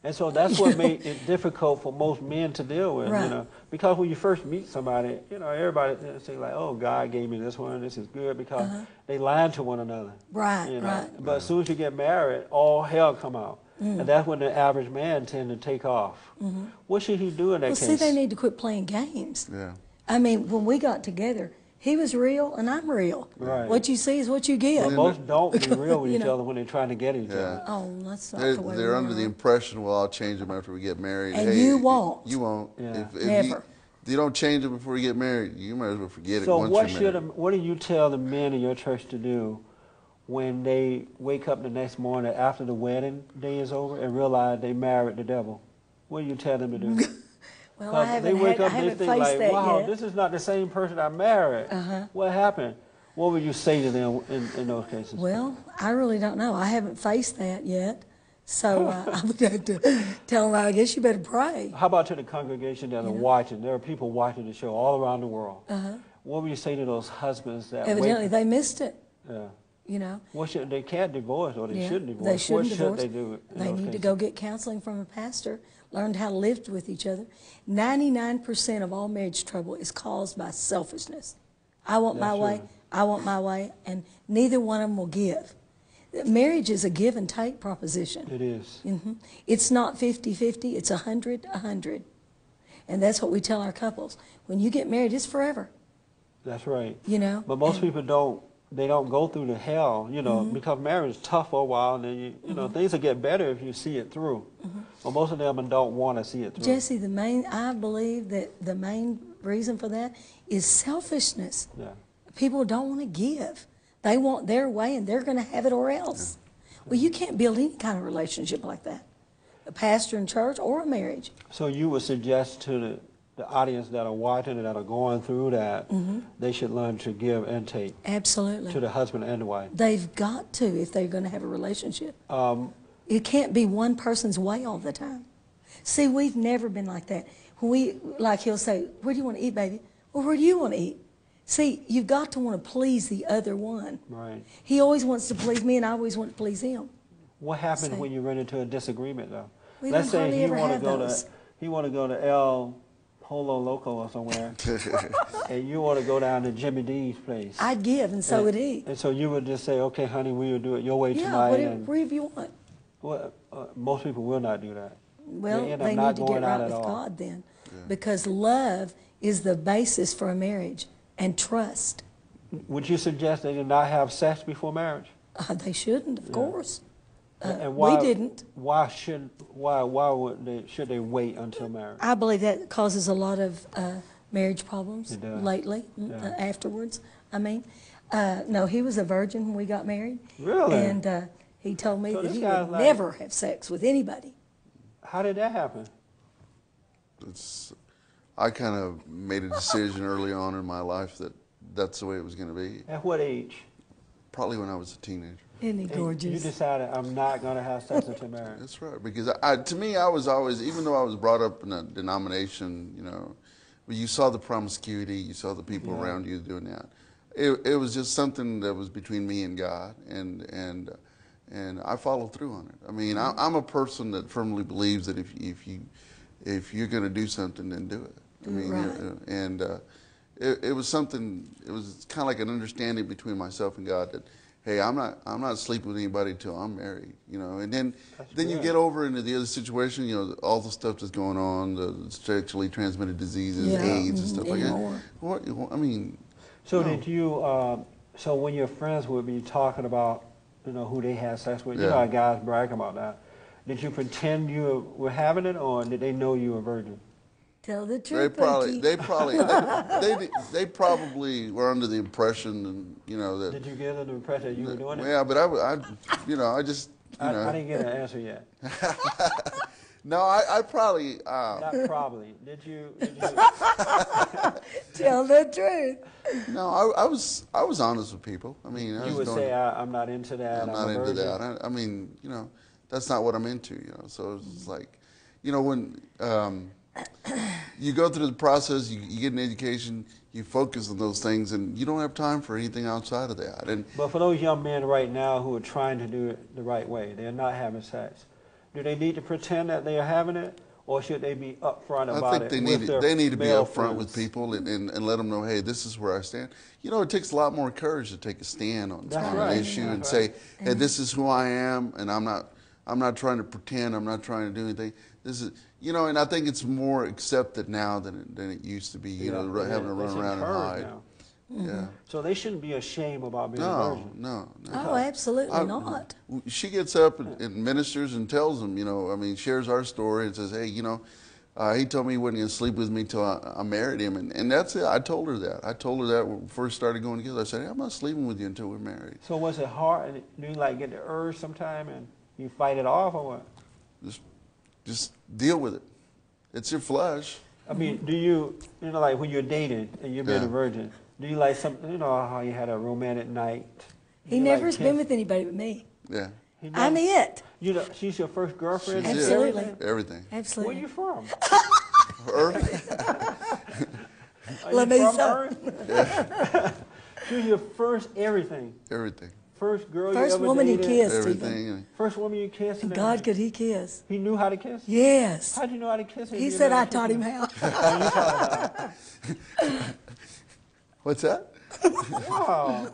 And so that's what made it difficult for most men to deal with, you Right. know. Because when you first meet somebody, you know, everybody they say like, "Oh, God gave me this one. This is good," because Uh-huh. they lying to one another. Right, you know. right. Mm. But as soon as you get married, all hell come out, and that's when the average man tend to take off. What should he do in that Mm-hmm. Well, case? see, they need to quit playing games. yeah, I mean, when we got together, he was real and I'm real. Right. What you see is what you get. most don't be real with You each know. other when they're trying to get each other. yeah. Oh, that's not They're, the way they're we under the are. impression, well, I'll change them after we get married. And Hey, you if- won't. You won't. Yeah. If, if You, Never. if you don't change them before you get married, you might as well forget it So once what you're should a, married. what do you tell the men in your church to do when they wake up the next morning after the wedding day is over and realize they married the devil? What do you tell them to do? Well, I 'Cause they haven't, wake had, I up they haven't think faced like, that "Wow, yet. Uh-huh. this is not the same person I married. What happened?" What would you say to them in, in those cases? Well, I really don't know. I haven't faced that yet. So uh, I would have to tell them, I guess you better pray. How about to the congregation that are watching? There are people watching the show all around the world. What would you say to those husbands that Uh-huh. Evidently, wait? they missed it, yeah. you know? What should, they can't divorce or they Yeah, shouldn't divorce. They shouldn't what divorce. should they do? in They those need to cases? go get counseling from a pastor, learn how to live with each other. Ninety-nine percent of all marriage trouble is caused by selfishness. I want my That's way, right. I want my way, and neither one of them will give. Marriage is a give and take proposition. It is. Mhm. It's not 50 50, it's 100 100. And that's what we tell our couples. When you get married, it's forever, That's right. you know? But most And- Mm-hmm. people don't. They don't go through the hell, you know, because marriage is tough for a while, and then you, you know things will get better if you see it through. Mm-hmm. But most of them don't want to see it through. Jesse, the main, I believe that the main reason for that is selfishness. yeah, People don't want to give. They want their way and they're going to have it or else. Well, you can't build any kind of relationship like that a pastor and church or a marriage. So you would suggest to the, the audience that are watching and that are going through that, Mm-hmm. they should learn to give and take to Absolutely. the husband and the wife. They've got to if they're going to have a relationship. Um, It can't be one person's way all the time. See, we've never been like that. When we, like he'll say, Where do you want to eat, baby? Well, where do you want to eat? See, you've got to want to please the other one. right. He always wants to please me, and I always want to please him. What happens Say- when you run into a disagreement, though? We Let's don't say hardly he ever wanna have go those. to he want to go to El Holo Loco or somewhere, and you want to go down to Jimmy D's place. I'd give, and so would he. And so you would just say, okay, honey, we will do it your way Yeah, tonight. whatever, and wherever you want. well, uh, most people will not do that. Well, end up they not need to going get out right at with all. God then, because love is the basis for a marriage and trust. Would you suggest they did not have sex before marriage? Uh, they shouldn't, of course. Uh, and we why, didn't. Why should why why would they should they wait until marriage? I believe that causes a lot of uh, marriage problems It does. lately, mm, Yeah. uh, afterwards. I mean, uh, no, he was a virgin when we got married. Really? And uh, he told me So that this he guy's would like- never have sex with anybody. How did that happen? It's, I kind of made a decision early on in my life that that's the way it was going to be. At what age? Probably when I was a teenager. Isn't he And You gorgeous? decided I'm not going to have sex until marriage. That's right. Because I, I, to me, I was always, even though I was brought up in a denomination, you know, but you saw the promiscuity, you saw the people around you doing that. It, it was just something that was between me and God, and and and I followed through on it. I mean, I, I'm a person that firmly believes that if if you if you're going to do something, then do it. I mean, Right. you're- and uh, it, it was something. It was kind of like an understanding between myself and God that, hey, I'm not, I'm not sleeping with anybody till I'm married, you know. And then, then you good. get over into the other situation, you know, all the stuff that's going on, the sexually transmitted diseases, Yeah. AIDS, and stuff Mhm. like that. Anymore. What, what- I mean, So did you? Uh, so when your friends would be talking about, you know, who they had sex with, you know, how Yeah. guys brag about that. Did you pretend you were having it, or did they know you were a virgin? Tell the truth. they probably, Bucky. they probably, they, they, they probably were under the impression, and you know that. Did you get the impression that you were doing it? yeah, but I, w- I- you know, I just, you know, I, I didn't get an answer yet. no, I, I probably. Uh, Not probably. Did you? Did you Tell the truth. No, I, I was I was honest with people. I mean, I you would was going, say, I, "I'm not into that. I'm not a into virgin." that. I, I mean, you know, that's not what I'm into. You know, so it's just like, you know, when um, you go through the process, you, you get an education, you focus on those things, and you don't have time for anything outside of that. And But for those young men right now who are trying to do it the right way, they're not having sex. Do they need to pretend that they are having it, or should they be upfront about I think it they with need their they need to be male upfront with friends? people and, and, and let them know, hey, this is where I stand. You know, it takes a lot more courage to take a stand on, That's on right. an issue and That's say, hey, this is who I am, and I'm not I'm not trying to pretend. I'm not trying to do anything. This is you know, and I think it's more accepted now than it, than it used to be. You know, Yeah, ru- it having is. to run It's around and encouraged hide. now. Yeah. So they shouldn't be ashamed about being a No, virgin. no, no. Oh, absolutely I- not. w- She gets up and, and ministers and tells them, you know, I mean, shares our story and says, hey, you know, uh, he told me he wasn't going to sleep with me till I, I married him. And, and that's it. I told her that. I told her that when we first started going together. I said, hey, I'm not sleeping with you until we're married. So was it hard? And Do you like get the urge sometime and you fight it off or what? Just, just deal with it. It's your flesh. I mean, do you, you know, like when you're dating and you've been a Yeah. virgin, do you like some, you know, how you had a romantic night? He You, like, never's been kiss- with anybody but me. Yeah. he I'm never- it. You know, she's your first girlfriend? She's and it. Absolutely. everything? Everything. Where Absolutely. you from? Earth. Are Let you me from so. Earth? Do your first everything. Everything. First girl you First ever woman he dated. kissed. Yes, Stephen. Everything. First woman you kissed. And and God, everything. could he kiss? He knew how to kiss. Yes. How'd you know how to kiss? if He you said, never I kissed taught him how. What's that? Wow.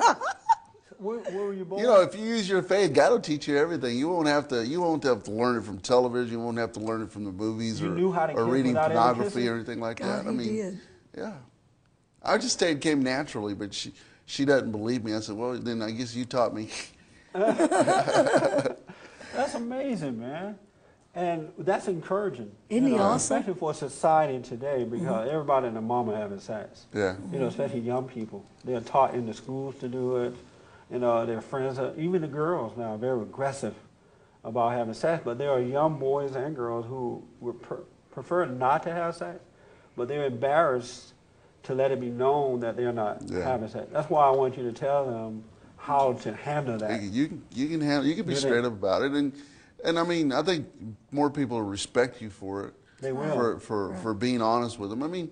where, where were you born? You know, if you use your faith, God will teach you everything. You won't have to. You won't have to learn it from television. You won't have to learn it from the movies You or, knew how to or kiss reading without ever pornography kissing? or anything like God, that. I he mean, did. yeah. I just say it came naturally, but she she doesn't believe me. I said, well, then I guess you taught me. that's amazing, man. And that's encouraging. Isn't you he know, awesome? Mm-hmm. Especially for society today because everybody and the mama having sex. Yeah. You know, especially young people. They're taught in the schools to do it. You know, their friends, are, even the girls now, are very aggressive about having sex. But there are young boys and girls who would pr- prefer not to have sex, but they're embarrassed to let it be known that they're not Yeah. having sex. That's why I want you to tell them how to handle that. You can you can handle. You can be Really? straight up about it, and and I mean, I think more people will respect you for it. They will. for for, for being honest with them. I mean,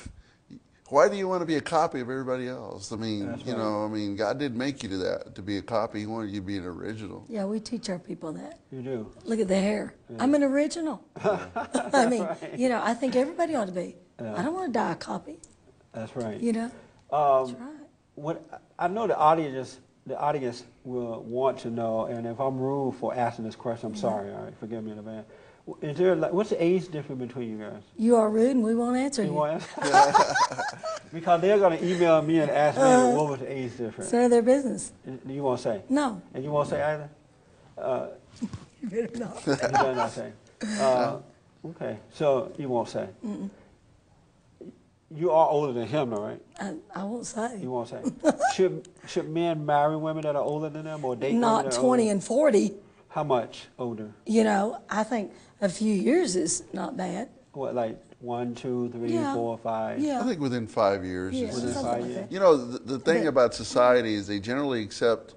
why do you want to be a copy of everybody else? I mean, That's you right. know, I mean, God did make you to that to be a copy. He wanted you to be an original. Yeah, we teach our people that. You do. Look at the hair. I'm an original. I mean, you know, I think everybody ought to be. I don't want to die a copy, That's right. you know? Um, That's right. What I know the audience, the audience will want to know, and if I'm rude for asking this question, I'm sorry. All right, forgive me in advance. W- Is there like what's the age difference between you guys? You are rude and we won't answer You you. want because they're gonna email me and ask me what was the age difference. It's none of their business. And You won't say, No. and you won't say either. You better not. You better not say. Uh, okay, so you won't say. You are older than him, though, right? I, I won't say. You won't say. should should men marry women that are older than them, or date women Not that are 20 older? and 40. How much older? You know, I think a few years is not bad. What, like one, two, three, Yeah. four, five? Yeah. I think within five years. yeah, is- is- something five like years. that. you know, the, the thing But- about society is they generally accept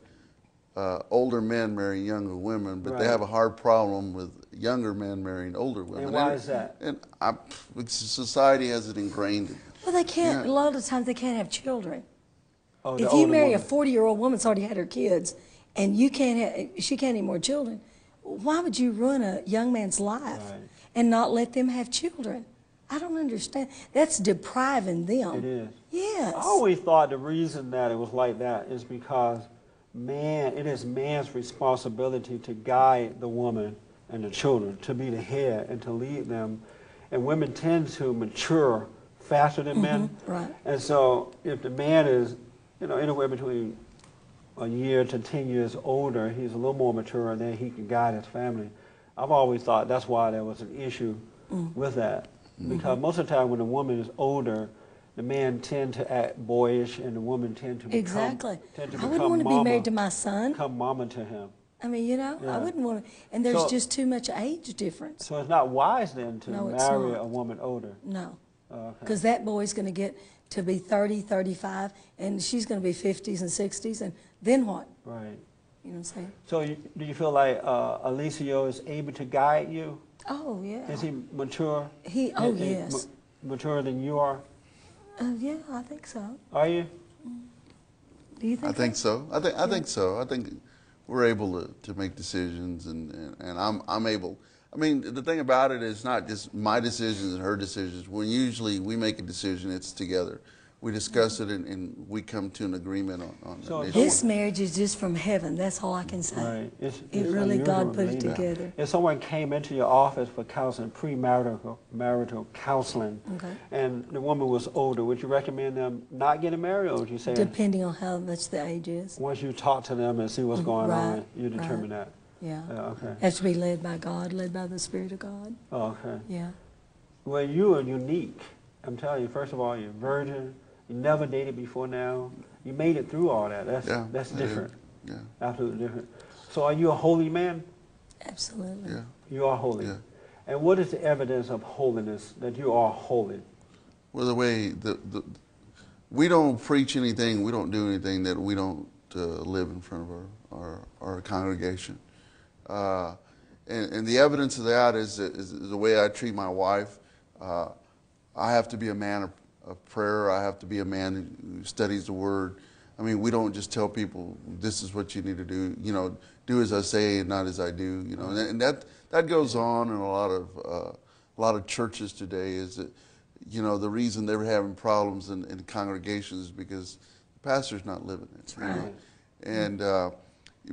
uh, older men marrying younger women, but they Right. have a hard problem with younger men marrying older women. why is that? And I, because society has it ingrained. Well, they can't, Yeah. a lot of times they can't have children. Oh, the If you older marry a woman. 40 year old woman that's already had her kids and you can't have, she can't any more children, why would you ruin a young man's life Right. and not let them have children? I don't understand. That's depriving them. It is. Yes. I always thought the reason that it was like that is because man, it is man's responsibility to guide the woman and the children, to be the head and to lead them. And women tend to mature faster than men. Mm-hmm. right. And so if the man is, you know, anywhere between a year to 10 years older, he's a little more mature and then he can guide his family. I've always thought that's why there was an issue Mm. with that. Because most of the time when a woman is older, the man tend to act boyish and the woman tend to become Exactly. tend to I wouldn't become want to be mama- married to my son. Become mama to him. I mean, you know, Yeah. I wouldn't want to. And there's So- just too much age difference. So it's not wise then to No, it's marry not. a woman older. No. Okay. Because that boy's going to get to be 30, 35, and she's going to be 50s and 60s, and then what? Right. You know what I'm saying? So you, do you feel like uh, Alicio is able to guide you? Oh, yeah. Is he mature? He- oh, Is he ma- yes. mature than you are? Oh, yeah, I think so. Are you? Do you think? I think so. I think I think so. I think we're able to, to make decisions, and, and, and I'm I'm able. I mean, the thing about it is not just my decisions and her decisions. When usually we make a decision, it's together. We discuss it, and, and we come to an agreement on, on Mm-hmm. So an it's issue. This marriage is just from heaven. That's all I can say. Right. It's, It it's really, unusual God put it to me. together. If someone came into your office for counseling, premarital marital counseling, Okay. and the woman was older, would you recommend them not getting married, or would you say Depending on how much the age is. once you talk to them and see what's going on, Mm, Right, you determine right. Yeah. that? Yeah, okay. Has to be led by God, led by the Spirit of God. Oh, okay. Yeah. Well, you are unique. I'm telling you. First of all, you're virgin. You never dated before now. You made it through all that. That's Yeah, that's I did. different. Yeah, Absolutely different. So, are you a holy man? Absolutely. yeah. You are holy. Yeah. And what is the evidence of holiness that you are holy? Well, the way the, the we don't preach anything, we don't do anything that we don't uh, live in front of our our, our congregation. Uh, and, and the evidence of that is, is, is the way I treat my wife. Uh, I have to be a man of, of prayer. I have to be a man who studies the Word. I mean, we don't just tell people this is what you need to do. You know, do as I say and not as I do. You know, and that- and that that goes on in a lot of uh, a lot of churches today. Is that you know the reason they're having problems in, in congregations is because the pastor's not living it. you know? And uh,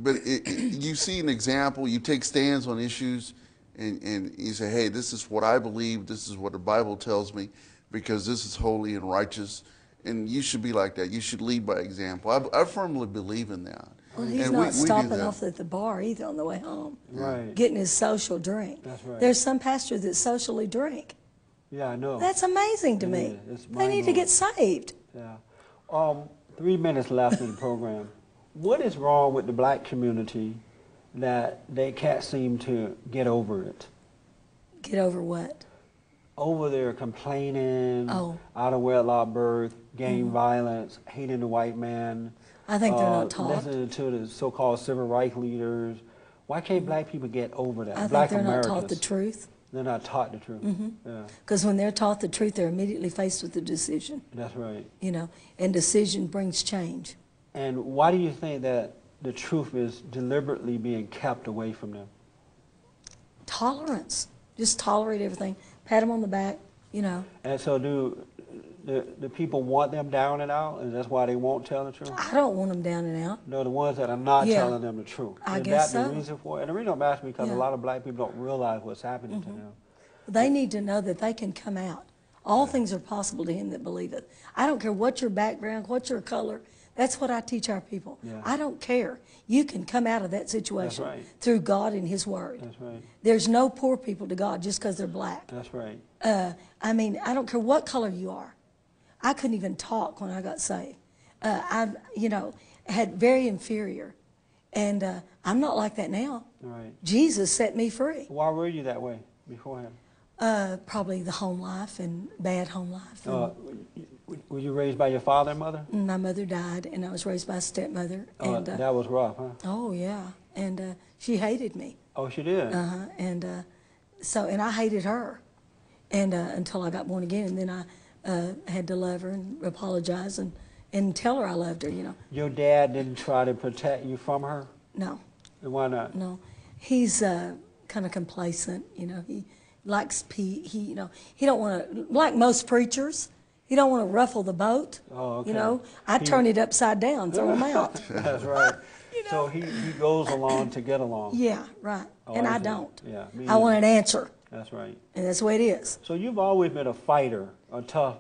but it, it, you see an example. You take stands on issues, and, and you say, "Hey, this is what I believe. This is what the Bible tells me, because this is holy and righteous." And you should be like that. You should lead by example. I, I firmly believe in that. Well, he's And we- not we do stopping that. off at the bar either on the way home, Right. getting his social drink. That's right. There's some pastors that socially drink. Yeah, I know. That's amazing to me. Yeah, it's They need to get saved. Yeah. Um, three minutes left in the program. What is wrong with the black community that they can't seem to get over it? Get over what? Over there complaining, Oh. Mm-hmm. out of wedlock birth, gang violence, hating the white man. I think they're not uh, taught. Listening to the so-called civil rights leaders. Why can't black people get over that? I think black they're Americans. not taught the Mm-hmm. truth. They're not taught the truth. Yeah, Because when they're taught the truth, they're immediately faced with a decision, that's right. you know, and decision brings change. And why do you think that the truth is deliberately being kept away from them? Tolerance. Just tolerate everything. Pat them on the back, you know. And so do the, the people want them down and out, and that's why they won't tell the truth? I don't want them down and out. No, the ones that are not Yeah. telling them the truth. I is guess that the so. reason for it? And the reason I'm asking because a Yeah. Mm-hmm. lot of black people don't realize what's happening to them. They need to know that they can come out. All things are possible to him that believeth. I don't care what your background, what your color. That's what I teach our people. Yeah. I don't care. You can come out of that situation right. through God and His Word. That's right. There's no poor people to God just because they're black. That's right. Uh, I mean, I don't care what color you are. I couldn't even talk when I got saved. Uh, I, you know, had very inferior, and uh, I'm not like that now. Right. Jesus set me free. Why were you that way beforehand? Uh, probably the home life and bad home life. and- Uh, w- were you raised by your father and mother? And My mother died, and I was raised by a stepmother. Uh, and uh, that was rough, huh? oh yeah, and uh, she hated me. Oh, she did. Uh-huh. And uh, so, and I hated her, and uh, until I got born again, and then I uh, had to love her and apologize and and tell her I loved her. You know, Your dad didn't try to protect you from her? no, And Why not? no, he's uh, kind of complacent. You know, he likes pe- he you know he don't want to like most preachers. He don't want to ruffle the boat. Oh, okay. You know, I He- turn it upside down, throw him out. That's right. So he, he goes along to get along. Yeah, right. Oh, and I I see. don't. Yeah, me I want an neither. answer, That's right. and that's the way it is. So you've always been a fighter, a tough.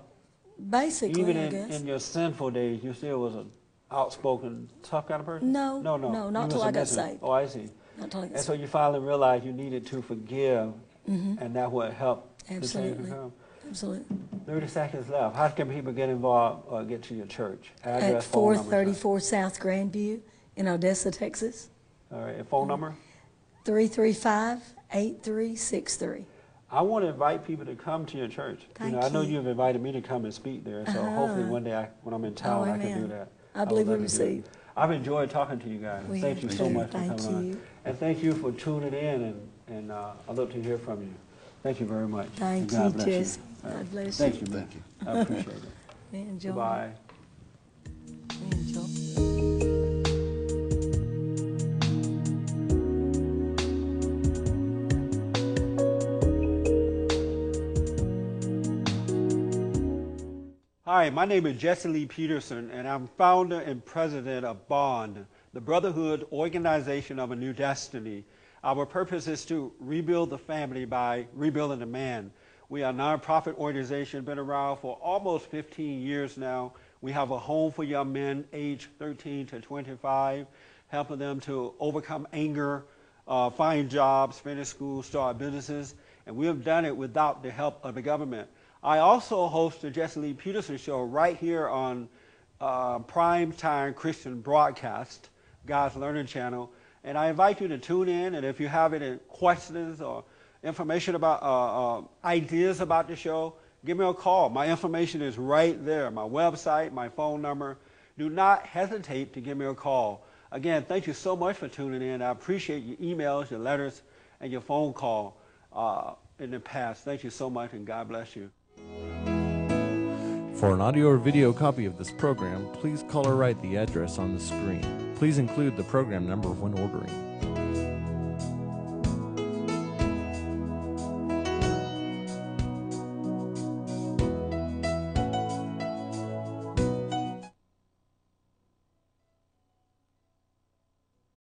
Basically, Even I in, guess. in your sinful days, you still was an outspoken, tough kind of person. No, no, no, no, You not was till I got submissive. saved. Oh, I see. Not till I got and so saved. you finally realized you needed to forgive, and that would help. To change Mm-hmm. Absolutely. to come. Absolutely. Thirty seconds left. How can people get involved or get to your church? At Address, phone number, and stuff. 434 South Grandview in Odessa, Texas, All right, and phone number. 335 8363. I want to invite people to come to your church. you know, Thank I know you. Uh-huh. you've invited me to come and speak there, so hopefully one day I, when I'm in town, I can do Oh, amen. that. I would believe we love to do it. receive. I've enjoyed talking to you guys. We thank you have so too. much Thank for coming you. on. And thank you for tuning in, and, and uh, I look to hear from you. Thank you very much. Thank God you, bless Jesse. All right. God bless thank you. you. Thank man. I appreciate it. We enjoy. Goodbye. We enjoy. Hi, my name is Jesse Lee Peterson, and I'm founder and president of Bond, the Brotherhood Organization of a New Destiny. Our purpose is to rebuild the family by rebuilding the man. We are a nonprofit organization, been around for almost 15 years now. We have a home for young men aged 13 to 25, helping them to overcome anger, uh, find jobs, finish school, start businesses, and we have done it without the help of the government. I also host the Jesse Lee Peterson Show right here on uh, Primetime Christian Broadcast, God's Learning Channel, and I invite you to tune in. And if you have any questions or information about uh, uh, ideas about the show, give me a call. My information is right there, my website, my phone number. Do not hesitate to give me a call. Again, thank you so much for tuning in. I appreciate your emails, your letters, and your phone call uh, in the past. Thank you so much, and God bless you. For an audio or video copy of this program, please call or write the address on the screen. Please include the program number when ordering.